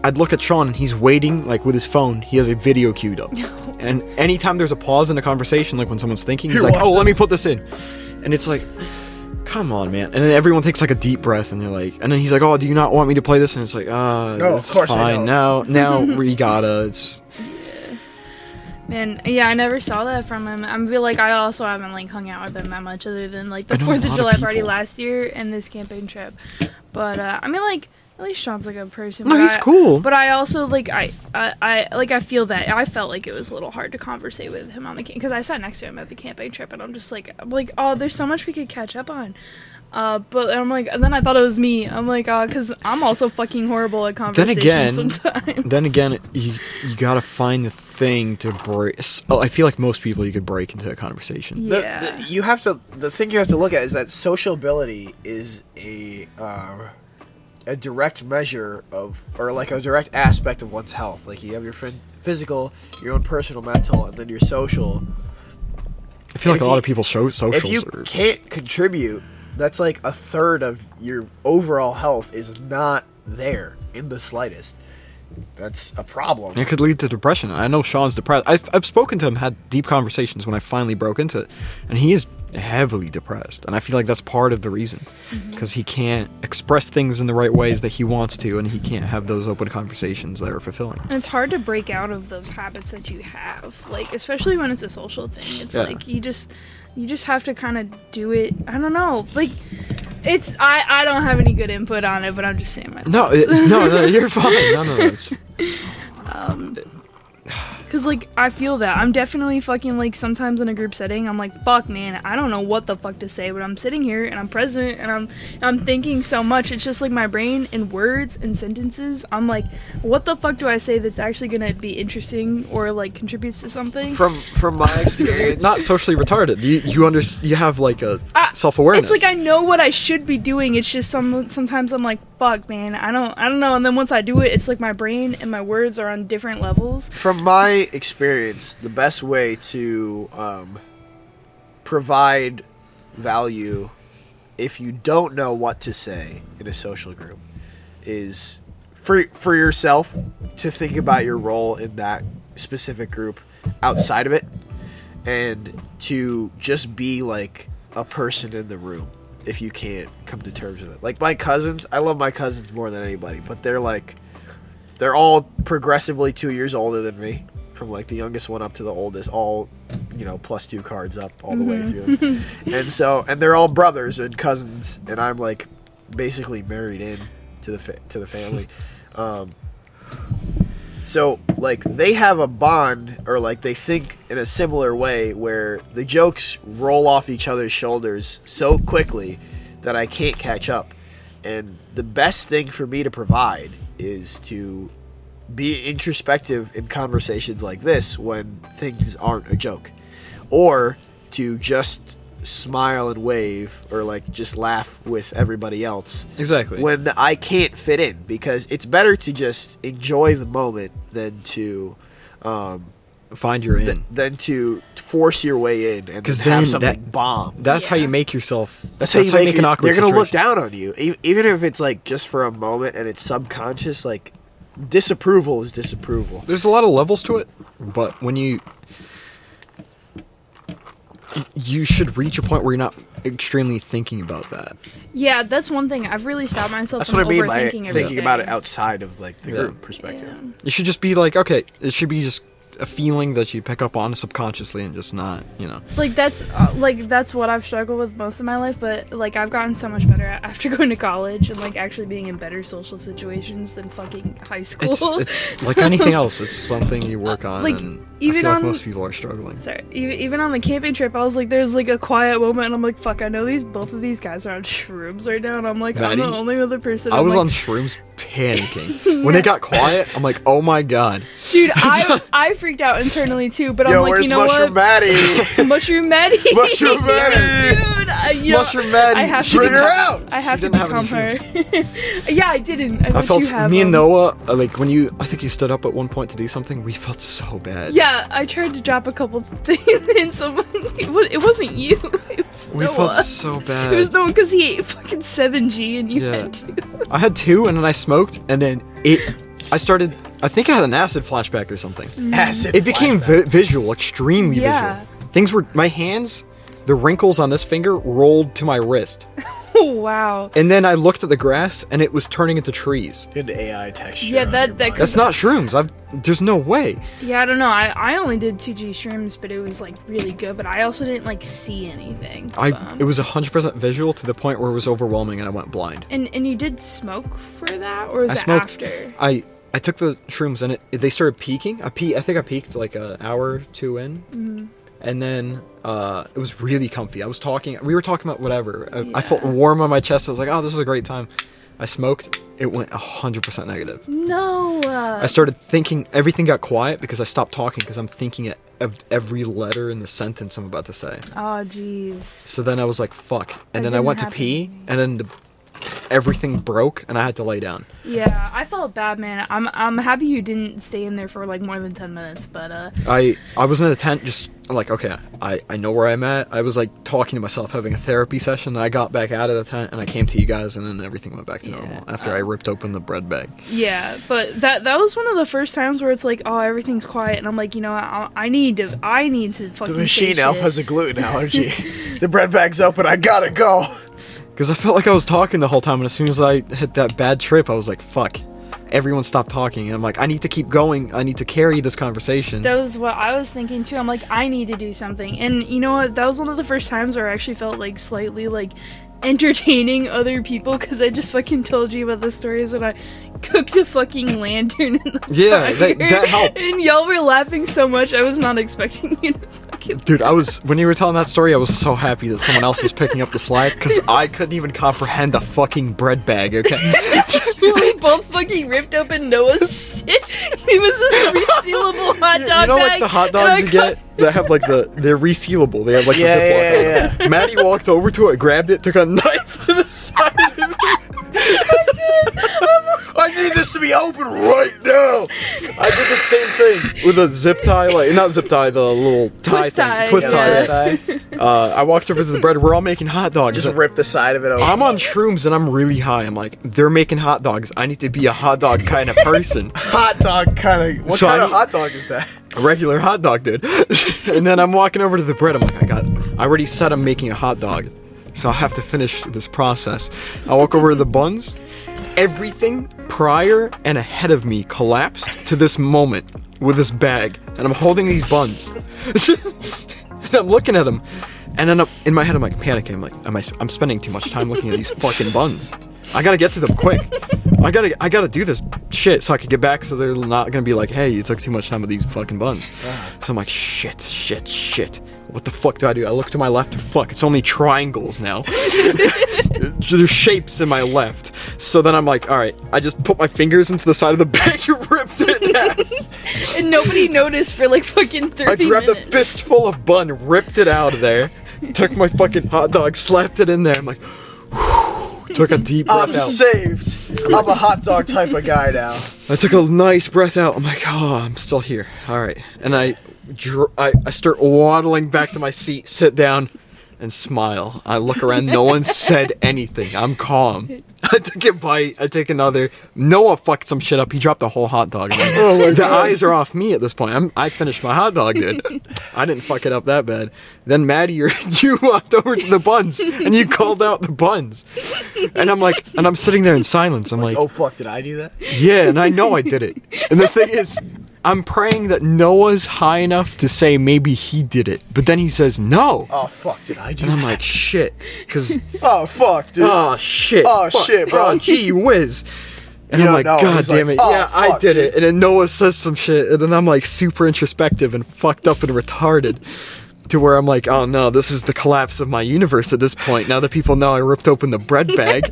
S2: I'd look at Sean and he's waiting, like with his phone. He has a video queued up. And anytime there's a pause in a conversation, like when someone's thinking, he's
S4: Here,
S2: like,
S4: watch
S2: oh, let
S4: this."
S2: me put this in. And it's like, come on, man. And then everyone takes like a deep breath and they're like, and then he's like, oh, do you not want me to play this? And it's like, uh,
S4: No, of
S2: it's
S4: course I
S2: fine. Now, now we gotta. It's,
S3: And yeah, I never saw that from him. I'm be like, I also haven't like hung out with him that much, other than like
S2: I
S3: the
S2: know a
S3: Fourth
S2: lot
S3: of
S2: of
S3: July party
S2: people.
S3: last year and this camping trip. But uh, I mean, like at least Sean's a good person.
S2: No,
S3: but
S2: he's
S3: I-
S2: cool.
S3: But I also like I, I I like I feel that I felt like it was a little hard to conversate with him on the camp because I sat next to him at the camping trip and I'm just like I'm like oh, there's so much we could catch up on. Uh, but I'm like, and then I thought it was me. I'm like, uh, cause I'm also fucking horrible at
S2: then
S3: conversation
S2: again,
S3: sometimes.
S2: then again, you, you gotta find the thing to break. s- Oh, I feel like most people you could break into a conversation.
S1: The-
S3: yeah.
S1: the- you have to. The thing you have to look at is that sociability is a um, a direct measure of, or like a direct aspect of one's health. Like you have your friend physical, your own personal, mental, and then your social.
S2: I feel like
S1: If
S2: a
S1: you-
S2: lot of people show socials.
S1: if you
S2: are-
S1: can't contribute, that's like a third of your overall health is not there in the slightest. That's a problem.
S2: It could lead to depression. I know Sean's depressed. I've, I've spoken to him, had deep conversations when I finally broke into it, and he is heavily depressed. And I feel like that's part of the reason,
S3: Mm-hmm.
S2: because he can't express things in the right ways that he wants to, and he can't have those open conversations that are fulfilling.
S3: And it's hard to break out of those habits that you have, like especially when it's a social thing. It's
S2: Yeah.
S3: like you just, you just have to kind of do it. I don't know, like it's I I don't have any good input on it, but I'm just saying my
S2: No, it, no, no, you're fine. No, no, no. It's,
S3: because like I feel that I'm definitely fucking like sometimes in a group setting I'm like fuck man I don't know what the fuck to say, but I'm sitting here and I'm present and I'm I'm thinking so much. It's just like my brain and words and sentences. I'm like, what the fuck do I say that's actually gonna be interesting or like contributes to something?
S1: From from my experience,
S2: not socially retarded. You you under, you have like a
S3: I-
S2: self awareness.
S3: Ah, It's like I know what I should be doing. It's just some sometimes I'm like, fuck, man, I don't, I don't know. And then once I do it, it's like my brain and my words are on different levels.
S1: from my experience, the best way to um, provide value if you don't know what to say in a social group is for for yourself to think about your role in that specific group outside of it and to just be like a person in the room if you can't come to terms with it. Like my cousins, I love my cousins more than anybody, but they're like they're all progressively two years older than me, from like the youngest one up to the oldest, all you know, plus two cards up all the way through. and so, and they're all brothers and cousins, and I'm like basically married in to the fa- to the family. Um, so like they have a bond, or like they think in a similar way, where the jokes roll off each other's shoulders so quickly that I can't catch up. and the best thing for me to provide is to be introspective in conversations like this when things aren't a joke or to just smile and wave or like just laugh with everybody else
S2: Exactly.
S1: when I can't fit in because it's better to just enjoy the moment than to um,
S2: Find your in.
S1: than to force your way in and
S2: 'Cause
S1: then have
S2: then
S1: something
S2: that-
S1: bomb.
S2: that's how
S3: Yeah.
S2: you make yourself.
S1: That's how you make, it-
S2: an awkward.
S1: They're gonna look
S2: situation.
S1: down on you, E- even if it's like just for a moment and it's subconscious. Like disapproval is disapproval.
S2: There's a lot of levels to it, but when you you should reach a point where you're not extremely thinking about that.
S3: Yeah, that's one thing. I've really stopped myself
S1: That's
S3: from
S1: what I mean by
S3: overthinking
S1: thinking
S3: everything.
S1: about it outside of like the
S2: Yeah.
S1: group perspective.
S2: It should just be like, okay, it should be just a feeling that you pick up on subconsciously and just not, you know.
S3: like that's uh, like that's what I've struggled with most of my life, but like I've gotten so much better at after going to college and like actually being in better social situations than fucking high school.
S2: It's it's like anything else. It's something you work on.
S3: Like,
S2: and I
S3: even
S2: feel like
S3: on-
S2: most people are struggling.
S3: Sorry, even, even on the camping trip, I was like, there's like a quiet moment, and I'm like, fuck, I know these both of these guys are on shrooms right now, and I'm like, I'm
S2: Maddie?
S3: the only other person.
S2: I
S3: I'm
S2: was
S3: like,
S2: on shrooms panicking. When it got quiet, I'm like, oh my god.
S3: Dude, I I freaked out internally too, but I'm
S1: Yo,
S3: like,
S1: where's
S3: you know
S1: Mushroom
S3: what?
S1: Maddie?
S3: Mushroom Maddie.
S1: Mushroom Maddie.
S3: Dude, I, you know,
S2: Mushroom Maddie,
S3: I have to
S2: bring her
S3: become-
S2: out.
S3: I have
S2: She
S3: to
S2: didn't have any
S3: become her. yeah, I didn't. I,
S2: I
S3: bet
S2: felt
S3: you
S2: s-
S3: have
S2: me and
S3: them.
S2: Noah uh, like when you I think you stood up at one point to do something. We felt so bad.
S3: Yeah, I tried to drop a couple things, and someone it, was, it wasn't you. It was
S2: we
S3: Noah.
S2: felt so bad.
S3: it was Noah because he ate fucking seven G, and you
S2: Yeah.
S3: had two.
S2: I had two, and then I smoked, and then it. I started. I think I had an acid flashback or something.
S1: Acid
S2: It became
S1: flashback.
S2: vi- visual, extremely
S3: Mm. Yeah.
S2: visual. Things were my hands. The wrinkles on this finger rolled to my wrist,
S3: Oh wow.
S2: and then I looked at the grass, and it was turning into trees.
S1: an AI texture.
S3: Yeah,
S1: on
S3: that-
S1: your
S3: that
S1: mind.
S3: could-
S2: That's not shrooms. I've. There's no way.
S3: Yeah, I don't know. I, I only did 2G shrooms, but it was like really good. But I also didn't like see anything.
S2: I.
S3: Um,
S2: It was hundred percent visual to the point where it was overwhelming, and I went blind.
S3: And and you did smoke for that, or was
S2: I
S3: that
S2: smoked.
S3: after?
S2: I I took the shrooms and it, they started peaking. I pe- I think I peaked like an hour or two in,
S3: Mm-hmm.
S2: and then uh, it was really comfy. I was talking. We were talking about whatever. I, I felt
S3: Yeah.
S2: warm on my chest. I was like, oh, this is a great time. I smoked. It went hundred percent negative.
S3: No. Uh,
S2: I started thinking. Everything got quiet because I stopped talking because I'm thinking of every letter in the sentence I'm about to say.
S3: oh jeez.
S2: So then I was like, fuck. And
S3: That
S2: then I
S3: didn't
S2: went
S3: happen
S2: to
S3: to
S2: pee,
S3: me.
S2: and then the, everything broke, and I had to lay down.
S3: Yeah, I felt bad, man. I'm I'm happy you didn't stay in there for like more than ten minutes, but uh.
S2: I I was in a tent just like okay I, I know where I'm at I was like talking to myself having a therapy session and I got back out of the tent and I came to you guys and then everything went back to
S3: Yeah,
S2: normal after I ripped open the bread bag
S3: Yeah, but that that was one of the first times where it's like, oh, everything's quiet, and I'm like, you know, what, I, I need to, I need to fucking.
S1: The
S3: say
S1: machine elf
S3: shit.
S1: has a gluten allergy. the bread bag's open. I gotta go.
S2: because I felt like I was talking the whole time and as soon as I hit that bad trip I was like fuck everyone stopped talking and I'm like I need to keep going I need to carry this conversation
S3: That was what I was thinking too. I'm like, I need to do something, and you know what? That was one of the first times where I actually felt like slightly like entertaining other people because I just fucking told you about the stories when I cooked a fucking lantern in the
S2: Yeah,
S3: fire.
S2: that- that helped.
S3: And y'all were laughing so much, I was not expecting you to fucking.
S2: dude I was when you were telling that story I was so happy that someone else was picking up the slack because I couldn't even comprehend the fucking bread bag okay.
S3: we both fucking ripped open Noah's shit. He was just a resealable hot dog
S2: You- you know like
S3: bag,
S2: the hot
S3: and I
S2: dogs you
S3: got-
S2: get that have like the they're resealable. They have like
S1: Yeah,
S2: the ziploc.
S1: yeah,
S2: on them. Maddie walked over to it, grabbed it, took a knife to the side. of it.
S1: I need this to be open right now.
S2: I did the same thing with a zip tie, like not zip tie, the little tie
S3: Twist
S2: thing,
S3: tie,
S2: twist
S3: yeah.
S2: tie.
S3: Twist
S2: Uh, I walked over to the bread. We're all making hot dogs.
S1: Just rip the side of it open.
S2: I'm on shrooms and I'm really high. I'm like, they're making hot dogs. I need to be a hot dog kind of person.
S1: hot dog kind of. What
S2: So
S1: kind
S2: I
S1: of
S2: need-
S1: hot dog is that?
S2: a regular hot dog, dude. and then I'm walking over to the bread. I'm like, I got, I already said I'm making a hot dog, so I have to finish this process. I walk over to the buns. Everything prior and ahead of me collapsed to this moment with this bag, and I'm holding these buns. and I'm looking at them, and then I'm, in my head I'm like panicking. I'm like, am I? s- I'm spending too much time looking at these fucking buns. I gotta get to them quick. I gotta I gotta do this shit so I can get back so they're not gonna be like, hey, you took too much time with these fucking buns. So I'm like, shit, shit, shit. What the fuck do I do? I look to my left. Fuck, it's only triangles now. There's shapes in my left. So then I'm like, all right. I just put my fingers into the side of the bag and ripped it. in half.
S3: And nobody noticed for like fucking 30
S2: I grabbed
S3: minutes.
S2: a fistful of bun, ripped it out of there, took my fucking hot dog, slapped it in there. I'm like, took a deep breath
S1: Um,
S4: I'm
S2: out.
S4: saved. I'm a hot dog type of guy now.
S2: I took a nice breath out. I'm like, oh, I'm still here. All right. And I, dr- I, I start waddling back to my seat, sit down, and smile. I look around. No one said anything. I'm calm. I take a bite. I take another. Noah fucked some shit up. He dropped the whole hot dog. the eyes are off me at this point. I'm, I finished my hot dog, dude. I didn't fuck it up that bad. Then Maddie, you you walked over to the buns and you called out the buns. And I'm like, and I'm sitting there in silence. I'm like,
S4: Oh fuck, did I do that?
S2: yeah, and I know I did it. And the thing is, I'm praying that Noah's high enough to say maybe he did it. But then he says no.
S4: Oh fuck, did I do
S2: And I'm
S4: that?
S2: like, shit. Because,
S4: Oh fuck, dude.
S2: oh, shit.
S4: Oh, shit, bro.
S2: Oh, gee whiz. And
S4: You
S2: I'm
S4: don't
S2: like,
S4: know.
S2: god
S4: He's
S2: damn
S4: like,
S2: it.
S4: "Oh,
S2: yeah, I
S4: fuck,
S2: did
S4: dude."
S2: it. And then Noah says some shit. And then I'm like super introspective and fucked up and retarded. To where I'm like, oh no, this is the collapse of my universe at this point. Now that people know I ripped open the bread bag.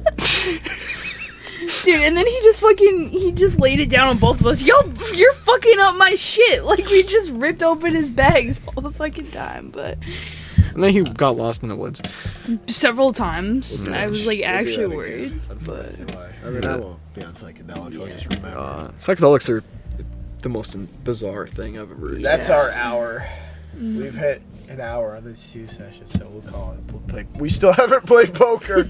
S3: Dude, and then he just fucking he just laid it down on both of us. Yo, you're fucking up my shit. Like we just ripped open his bags all the fucking time, but
S2: and then he got lost in the woods.
S6: Several times. I was like
S4: We'll do
S6: actually
S4: that
S6: worried.
S4: again. I'm but... I mean, I won't be on psychedelics. I'll just remember.
S2: Uh, psychedelics are the most in- bizarre thing I've ever.
S4: That's our hour. We've hit an hour on this two sessions, so we'll call it. We'll play. We still haven't played poker.